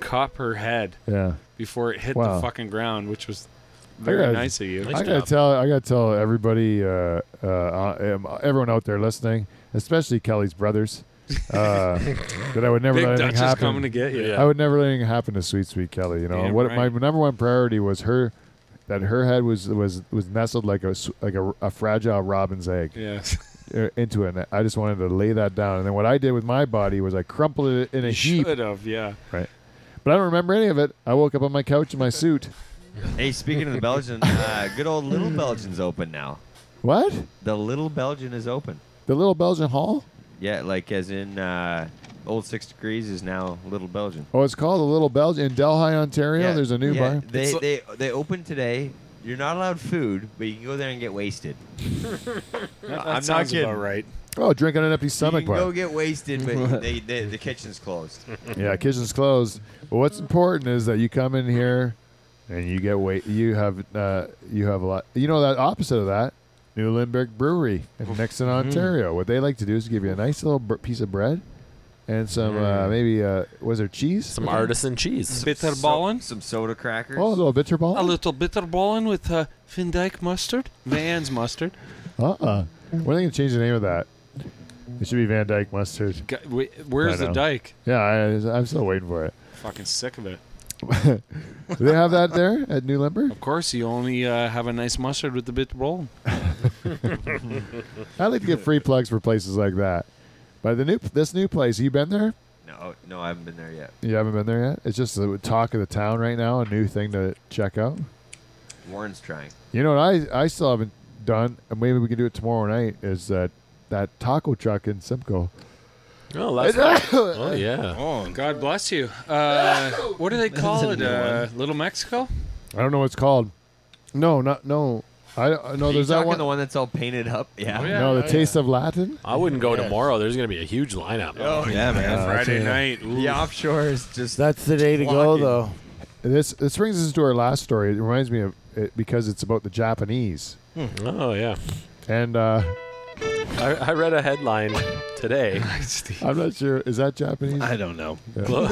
cop her head
Yeah.
before it hit
Wow.
the fucking ground, which was very
gotta-
nice of you.
I gotta tell, I gotta tell everybody, uh, uh, uh, um, everyone out there listening, especially Kelly's brothers, uh, that I would never
Big
let
Dutch
anything
is
happen.
coming to get you.
I would never let anything happen to sweet, sweet Kelly. You know
Damn
what?
right.
My number one priority was her, that her head was was was nestled like a s- like a, a fragile robin's egg
Yeah.
uh, into it. And I just wanted to lay that down. And then what I did with my body was I crumpled it in a heap.
Should have, yeah.
But I don't remember any of it. I woke up on my couch in my suit.
Hey, speaking of the Belgian, uh, good old Little Belgian's open now.
What?
The Little Belgian is open.
The little Belgian hall?
Yeah, like as in uh, Old Six Degrees is now Little Belgian.
Oh, it's called the Little Belgian in Delhi, Ontario.
Yeah,
There's a new
yeah,
bar.
They,
It's-
they they opened today. You're not allowed food, but you can go there and get wasted.
That, that
I'm not
sounds about
kidding.
right.
Oh, drinking an empty
You
stomach
can go
bar.
get wasted, but they, they the kitchen's closed.
Yeah, kitchen's closed. But what's important is that you come in here and you get wait. You have uh, you have a lot. You know that opposite of that, New Lindbergh Brewery in Nixon,
Mm-hmm.
Ontario. What they like to do is give you a nice little br- piece of bread and some
Mm.
uh, maybe uh, was there cheese?
Some artisan cheese.
Bitter
So-
balling.
some soda crackers.
Oh, a little bitter ball.
A little bitter balling with uh, Van Dyke mustard, Van's mustard.
Uh uh When are they gonna change the name of that? It should be Van Dyke mustard.
G- wait, Where's
I
the
know.
dike?
Yeah, I, I'm still waiting for it.
Fucking sick of it.
Do they have that there at New Lindbergh?
Of course, you only uh, have a nice mustard with the bitter balling.
I like to get free plugs for places like that. But the new this new place, you been there?
No, no, I haven't been there yet.
You haven't been there yet. It's just the talk of the town right now. A new thing to check out.
Warren's trying.
You know what I I still haven't done, and maybe we can do it tomorrow night. Is that that taco truck in Simcoe?
Oh, that's oh yeah.
Oh, God bless you. Uh, what do they call it? Uh, Little Mexico?
I don't know what it's called. No, not no. I, I no.
Are you
There's that
talking
one.
the one that's all painted up? Yeah.
Oh, yeah.
no, the taste of Latin.
I wouldn't go tomorrow. There's gonna be a huge lineup.
Oh, yeah, man.
Friday night.
The offshore is just
That's the day to go,
Walking.
though.
This this brings us to our last story. It reminds me of it because it's about the Japanese
Oh yeah.
and. uh
I, I read a headline today.
I'm not sure. Is that Japanese?
I don't know.
Clo-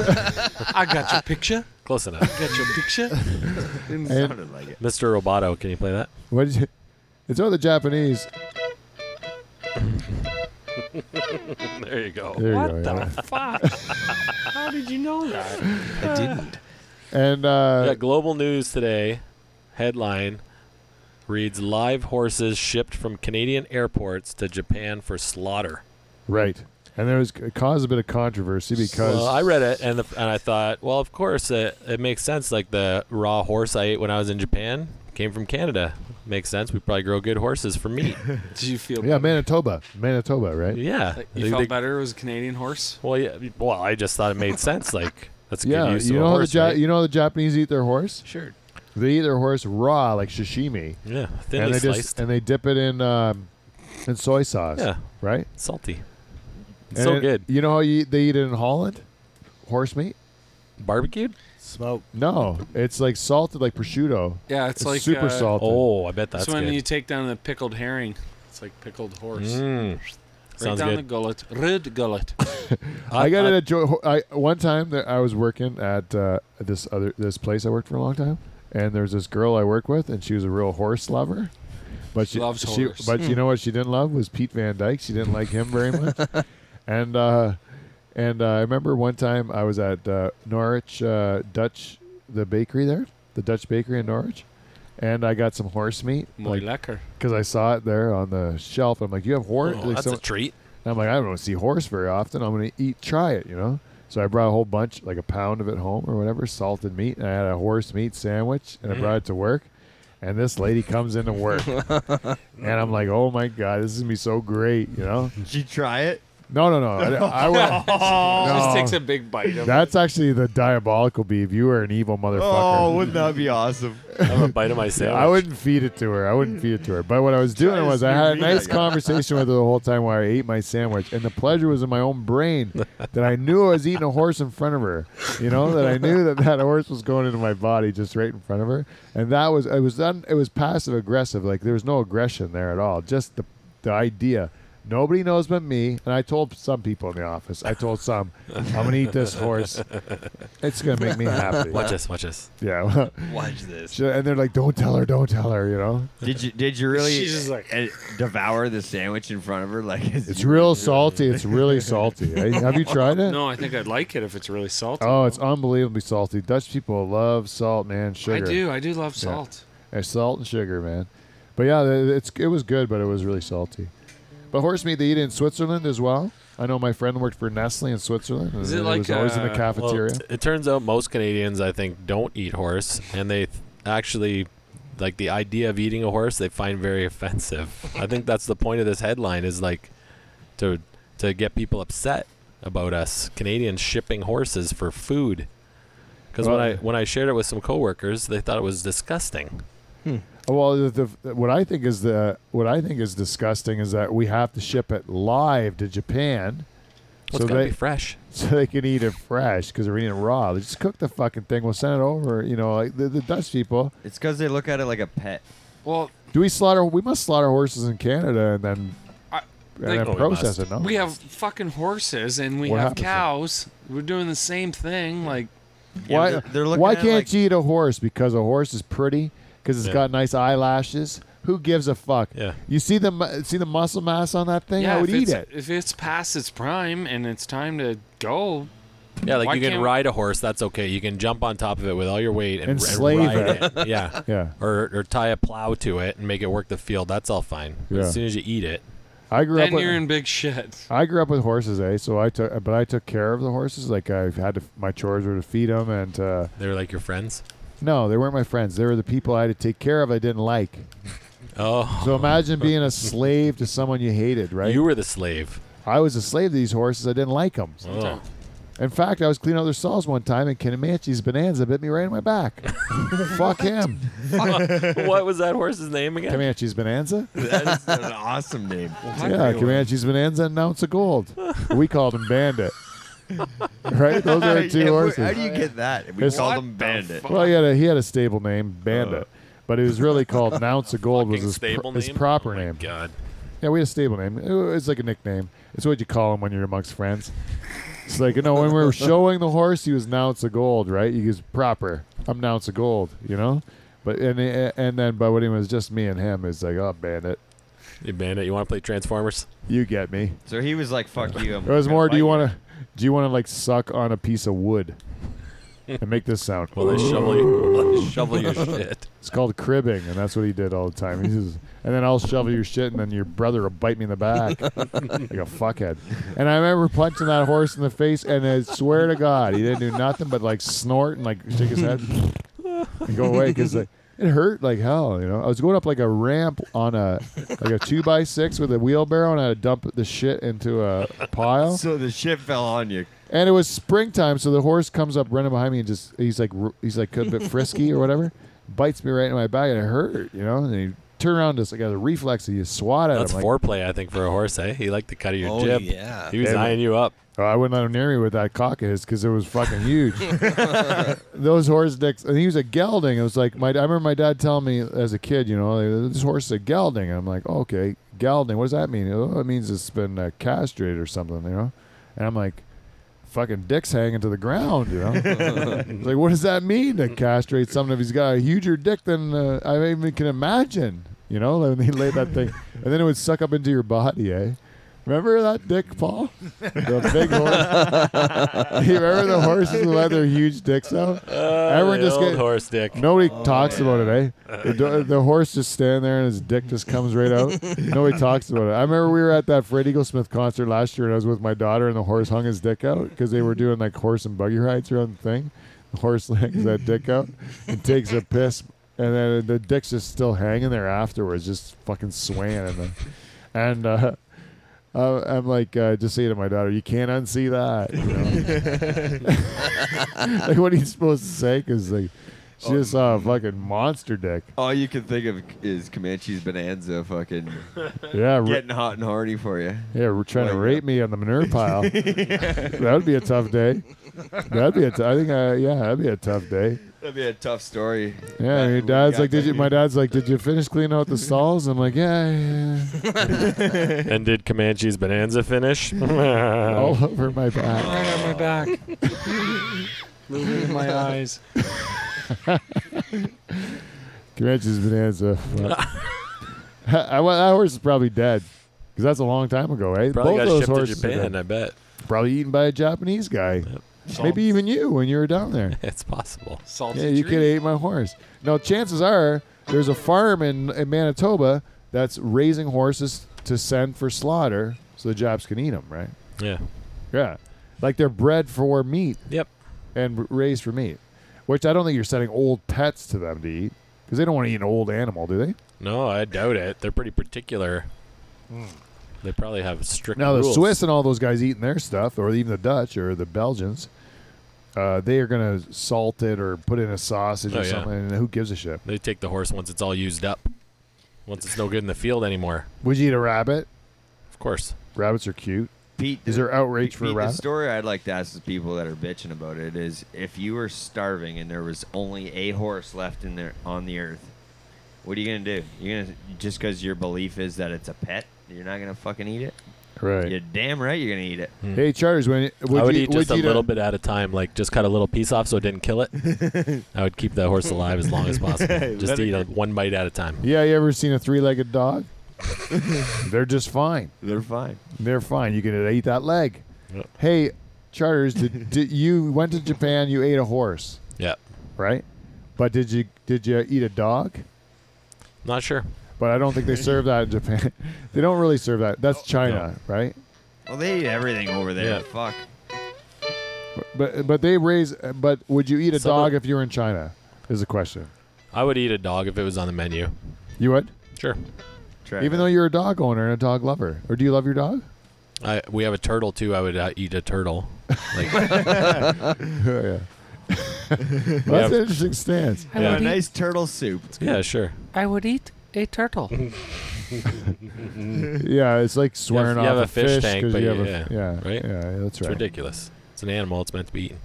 I got your picture.
Close enough.
Got your picture.
And
sounded like it.
Mr. Roboto, can you play that?
what did you? It's all the Japanese.
There you go.
There you go. yeah.
Fuck. How did you know that?
I didn't.
And uh,
We got global news today. Headline reads live horses shipped from Canadian airports to Japan for slaughter.
right. And there was it caused a bit of controversy because
Well, I read it and the, and I thought, well, of course it, it makes sense. Like the raw horse I ate when I was in Japan came from Canada. Makes sense. We probably grow good horses for meat.
Did you feel?
yeah, Manitoba, Manitoba, right?
yeah.
You
They-
felt
they-
better. It was a Canadian horse.
Well, yeah. Well, I just thought it made sense. Like that's a
Yeah,
good use
you
of
know
a
how
horse.
the ja-
right?
you know how the Japanese eat their horse?
Sure.
They eat their horse raw, like sashimi,
yeah,
and
thinly
they
sliced.
just and they dip it in um, in soy sauce,
yeah,
right?
salty.
And
so
it-
good.
You know how you, eat- they eat it in Holland? Horse meat?
Barbecued?
Smoke.
No, it's like salted, like prosciutto.
Yeah, it's,
It's
like
super
uh,
salted.
Oh, I bet that's
That's when
good.
you take down the pickled herring. It's like pickled horse. Right
Mm. Sounds
down
good.
the gullet. Red gullet.
I got it at Joe. I one time that I was working at uh, this other this place I worked for a long time, and there's this girl I worked with, and she was a real horse lover. But she,
She loves
she-
horse.
But you know what she didn't love was Pete Van Dyke. She didn't like him very much. and uh, and uh, I remember one time I was at uh, Norwich uh, Dutch the bakery there, the Dutch bakery in Norwich, and I got some horse meat
Muy
because
lecker.
I saw it there on the shelf. I'm like, you have horse?
Oh,
like
that's
some-
a treat.
and I'm like, I don't see horse very often. I'm gonna eat, try it, you know. So I brought a whole bunch, like a pound of it home or whatever, salted meat, and I had a horse meat sandwich, and I brought it to work. And this lady comes into work, and I'm like, oh my god, this is gonna be so great, you know?
Did you try it? Oh,
No, no, no, I, I went.
Just
No.
takes a big bite of it.
That's actually the diabolical beef. You are an evil motherfucker.
Oh, wouldn't that be awesome?
I'm a bite of my sandwich.
I wouldn't feed it to her. I wouldn't feed it to her. But what I was doing
Try
was
this
I
new
had a
meat
nice
I got.
conversation with her the whole time while I ate my sandwich, and the pleasure was in my own brain that I knew I was eating a horse in front of her. You know that I knew that that horse was going into my body just right in front of her, and that was it was un, it was passive aggressive. Like there was no aggression there at all. Just the the idea. Nobody knows but me, and I told some people in the office. I told some, "I'm gonna eat this horse. It's gonna make me happy."
Watch this. Watch this.
Yeah, well,
Watch this.
and they're like, "Don't tell her, don't tell her," you know.
Did you did you really
She's just like-
uh, devour the sandwich in front of her? Like is
It's real salty. It's really salty. Eh? Have you tried it?
No, I think I'd like it if it's really salty.
Oh, it's unbelievably salty. Dutch people love salt, man. Sugar.
I do. I do love
Yeah.
salt.
Eh, salt and sugar, man. But yeah, th- it's it was good, but it was really salty. But horse meat they eat in Switzerland as well. I know my friend worked for Nestle in Switzerland. and
Is it
it
like,
was always in the
uh,
Well,
cafeteria?
t- it turns out most Canadians, I think, don't eat horse, and they th- actually like the idea of eating a horse. They find very offensive. I think that's the point of this headline is like to to get people upset about us Canadians shipping horses for food. Because when
Well-
I when I shared it with some coworkers, they thought it was disgusting.
Well, the, the, what I think is the what I think is disgusting is that we have to ship it live to Japan,
Well,
so
it's gotta
they
be fresh.
so they can eat it fresh because they're eating it raw. They just cook the fucking thing. We'll send it over. You know, like the, the Dutch people.
It's because they look at it like a pet.
Well,
Do we slaughter? We must slaughter horses in Canada and then,
I-
and
like-
then
Oh, we
process it.
must.
No,
we have fucking horses and we
What
have
happens then?
cows. We're doing the same thing. Like,
Why?
they're- they're looking
why
at it
can't
like-
you eat a horse? Because a horse is pretty. Because it's
Yeah.
got nice eyelashes. Who gives a fuck?
Yeah.
You see the mu- see the muscle mass on that thing?
yeah,
I would
if
eat
it's-
it.
If it's past its prime and it's time to go,
Yeah, like
Why
you can
can't-
ride a horse. That's okay. You can jump on top of it with all your weight and,
And
r-
slave
ride it. Yeah.
Yeah.
Or, or tie a plow to it and make it work the field. That's all fine. But
Yeah.
As soon as you eat it,
I grew up
then
with.
you're in big shit.
I grew up with horses, eh? So I took, but I took care of the horses. Like I had to, my chores were to feed them, and uh,
they're like your friends.
no, they weren't my friends. They were the people I had to take care of. I didn't like.
Oh,
So imagine being a slave to someone you hated, right?
you were the slave.
I was a slave to these horses. I didn't like them.
Oh.
In fact, I was cleaning out their stalls one time, and Comanche's Bonanza bit me right in my back. Fuck him.
what was that horse's name again?
Comanche's Bonanza?
That is an awesome name.
yeah, Comanche's Bonanza and an ounce of gold. we called him Bandit. right? Those are the two
Yeah, where-
horses.
How do you get that? We
It's-
call
What
them Bandit.
well, he had, a, he had a stable name, Bandit. but he was really called an ounce of gold was
Uh. Fucking
his, pr-
stable
his
name?
proper
Oh my
name.
God.
Yeah, we had a stable name. It wa- It's like a nickname. It's what you call him when you're amongst friends. It's like, you know, when we were showing the horse, he was an ounce of gold, right? He was proper. I'm an ounce of gold, you know? But and and then, but when it was just me and him, it's like, oh, bandit,
Hey, Bandit, you want to play Transformers?
you get me.
So he was like, "Fuck you." I'm
It was
gonna
more. Do you
bite
want to? Do you want to like suck on a piece of wood and make this sound?
Will they shovel you? Will they shovel your shit?
It's called cribbing, and that's what he did all the time. He says, and then I'll shovel your shit, and then your brother will bite me in the back like a fuckhead. And I remember punching that horse in the face, and I swear to God, he didn't do nothing but like snort and like shake his head and go away because like, it hurt like hell. You know, I was going up like a ramp on a like a two by six with a wheelbarrow, and I would dump the shit into a pile.
So the shit fell on you.
And it was springtime, so the horse comes up running behind me and just he's like r- he's like a bit frisky or whatever, bites me right in my back and it hurt, you know. And he turned around just like as a reflex, he just swat at
That's
him. Like,
foreplay, I think, for a horse, eh? He liked the cut of your
Oh,
jib.
yeah.
He was
Yeah, but-
eyeing you up.
oh, I wouldn't let him near me with that cock of his because it was fucking huge. Those horse dicks, and he was a gelding. It was like my I remember my dad telling me as a kid, you know, like, this horse is a gelding. And I'm like, oh, okay, gelding, what does that mean? Oh, it means it's been uh, castrated or something, you know. And I'm like, fucking dick's hanging to the ground, you know. It's like, what does that mean to castrate someone if he's got a huger dick than uh, I even can imagine? You know, like when they laid that thing, and then it would suck up into your body, eh? Remember that dick, Paul? The big horse. you remember the horses who had their huge dicks out? Uh, Everyone
the
just
old
get-
horse dick.
Nobody talks about it, eh? The, do- the horse just stand there and his dick just comes right out. Nobody talks about it. I remember we were at that Fred Eaglesmith concert last year and I was with my daughter and the horse hung his dick out because they were doing like horse and buggy rides around the thing. The horse hangs that dick out and takes a piss and then the dick's just still hanging there afterwards, just fucking swaying. In the, and uh, uh, I'm like, uh, just say to my daughter, you can't unsee that. you know? like, what are you supposed to say? Because like, she just saw a fucking monster dick.
All you can think of is Comanche's Bonanza fucking
Yeah, ra-
getting hot and hardy for you.
yeah, we're trying to
Like-
rape me on the manure pile. that would be a tough day. That'd be a. T- I think. I, yeah, that'd be a tough day.
That'd be a tough story.
Yeah,
Back when we
your dad's
got
like, did
that
you? My
new-
dad's like, did you finish cleaning out the stalls? I'm like, yeah, yeah.
And did Comanche's Bonanza finish?
all over my back.
Right on my back. Moving in my eyes.
Comanche's Bonanza. I, I, that horse is probably dead because that's a long time ago, eh? Both
Probably got
of those
shipped to
horses are
Japan,
dead.
I bet.
Probably eaten by a Japanese guy. Maybe even you when you were down there.
It's possible.
Salty
Yeah, you
treat.
could have ate my horse. Now, chances are there's a farm in, in Manitoba that's raising horses to send for slaughter so the Japs can eat them, right?
Yeah.
Yeah. Like they're bred for meat
Yep.
and r- raised for meat, which I don't think you're sending old pets to them to eat because they don't want to eat an old animal, do they?
No, I doubt it. They're pretty particular. They probably have strict
Now, the
rules.
Swiss and all those guys eating their stuff, or even the Dutch or the Belgians, uh, they are going to salt it or put in a sausage
Oh,
or
yeah.
something. And who gives a shit?
They take the horse once it's all used up. Once it's no good in the field anymore.
Would you eat a rabbit?
Of course.
Rabbits are cute.
Pete,
Is there outrage for
Pete,
a
the
rabbit?
story I'd like to ask the people that are bitching about it is if you were starving and there was only a horse left in there on the earth, what are you gonna do? You're gonna just because your belief is that it's a pet, you're not gonna fucking eat it.
Right.
You're damn right you're gonna eat it.
Hey, Charters, when would,
I would
you,
eat
would
just a
you
little bit at a time, like just cut a little piece off so it didn't kill it. I would keep the horse alive as long as possible. Just eat a, one bite at a time.
Yeah, you ever seen a three-legged dog? They're just fine.
They're fine.
They're fine. You can eat that leg. Hey, Charters, did, did you went to Japan? You ate a horse,
Yeah.
right? But did you did you eat a dog?
Not sure.
But I don't think they serve that in Japan. they don't really serve that. That's China, right?
Well, they eat everything over there.
Yeah.
Fuck.
But but they raise. But would you eat a
Some of-
dog if you were in China? Is the question.
I would eat a dog if it was on the menu.
You would,
Sure.
Try
even
that.
though you're a dog owner and a dog lover, or do you love your dog?
I, we have a turtle too. I would uh, eat a turtle. Like, yeah,
yeah. Well,
Yeah.
That's an interesting stance.
a nice turtle soup.
yeah, sure.
I would eat a turtle.
Yeah, it's like swearing
you have
off
a fish tank,
'cause
but
you have
yeah,
a, yeah,
right?
Yeah, that's
It's
right.
ridiculous. It's an animal. It's meant to be eaten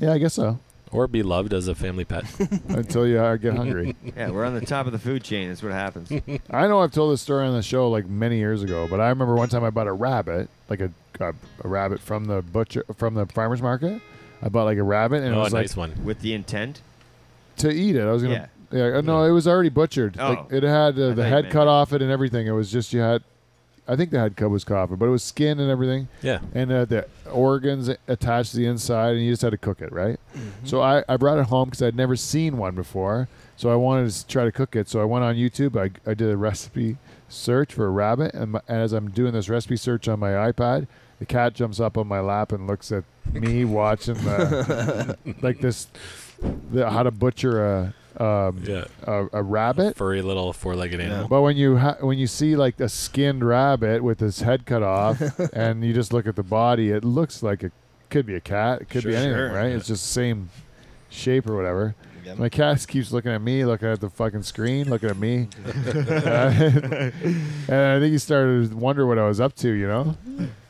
Yeah, I guess so.
or be loved as a family pet.
Until you uh, get hungry.
Yeah, we're on the top of the food chain. That's what happens.
I know I've told this story on the show like many years ago, but I remember one time I bought a rabbit, like a, a, a rabbit from the butcher from the farmer's market. I bought like a rabbit and
oh,
it
a
was
nice
like
one.
With the intent.
to eat it. I was gonna
Yeah.
Yeah, uh, no, it was already butchered.
Oh.
Like it had uh,
thought you
the head
meant
cut
it.
off it and everything. It was just you had, I think the head cut was cut off it, but it was skin and everything,
Yeah.
and uh, the organs attached to the inside, and you just had to cook it, right? So I, I brought it home because I'd never seen one before, so I wanted to s- try to cook it. So I went on YouTube. I, I did a recipe search for a rabbit, and, my, and as I'm doing this recipe search on my iPad, the cat jumps up on my lap and looks at me watching the, like this, the, how to butcher a. Um,
Yeah.
a, a rabbit.
Furry little four-legged animal.
But when you ha- when you see like a skinned rabbit with his head cut off, and you just look at the body, it looks like it could be a cat, it could be
Sure,
anything,
sure,
right?
yeah.
It's just the same shape or whatever.
Yeah.
My cat keeps looking at me, looking at the fucking screen, looking at me, Uh, and I think he started to wonder what I was up to, you know.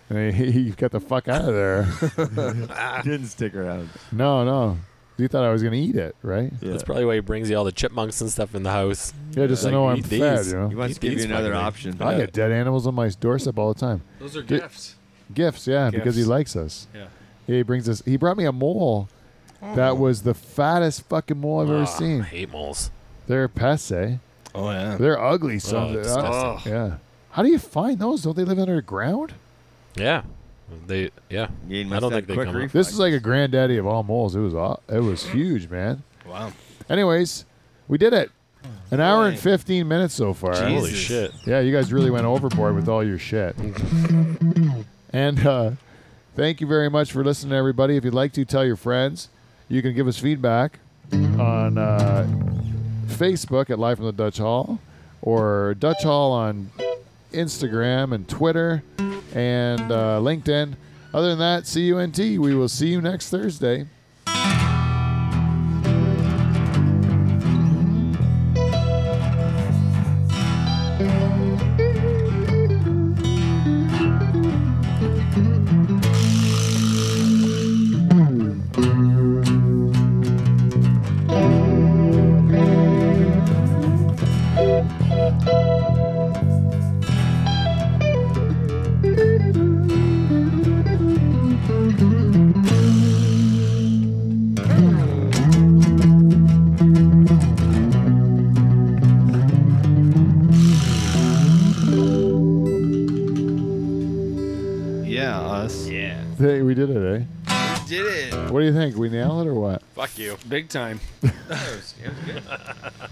And he, he got the fuck out of there.
Didn't stick around.
No, no, he thought I was gonna eat it, right?
That's probably why he brings you all the chipmunks and stuff in the house.
Yeah, just to
Like,
know I'm
eat these.
fed, you know.
He wants to
He
give you
eats
another
fucking
option.
I get dead animals on my doorstep all the time.
Those are
Did-
gifts.
Gifts, yeah, because he
Gifts.
likes us.
Yeah.
Yeah, he brings us. He brought me a mole
Oh.
that was the fattest fucking mole I've
Ah,
ever
I
seen.
hate moles.
They're passe.
Oh yeah.
They're ugly. Some.
it's
Uh,
disgusting.
yeah. How do you find those? Don't they live underground?
Yeah. They yeah.
You ain't
I
missed
don't think
that
they
quick
come up.
reflex.
This is like a granddaddy of all moles. It was aw- it was huge, man.
Wow.
Anyways, we did it. An hour and fifteen minutes so far.
Holy
Jesus.
shit.
Yeah, you guys really went overboard with all your shit. and uh, thank you very much for listening, everybody. If you'd like to, tell your friends. You can give us feedback on uh, Facebook at Live from the Dutch Hall or Dutch Hall on Instagram and Twitter and uh, LinkedIn. Other than that, CUNT. We will see you next Thursday.
Yeah, us.
Yeah.
Hey, we did it, eh?
Did it.
What do you think? We nail it or what?
Fuck you. Big time.
That was- that was good.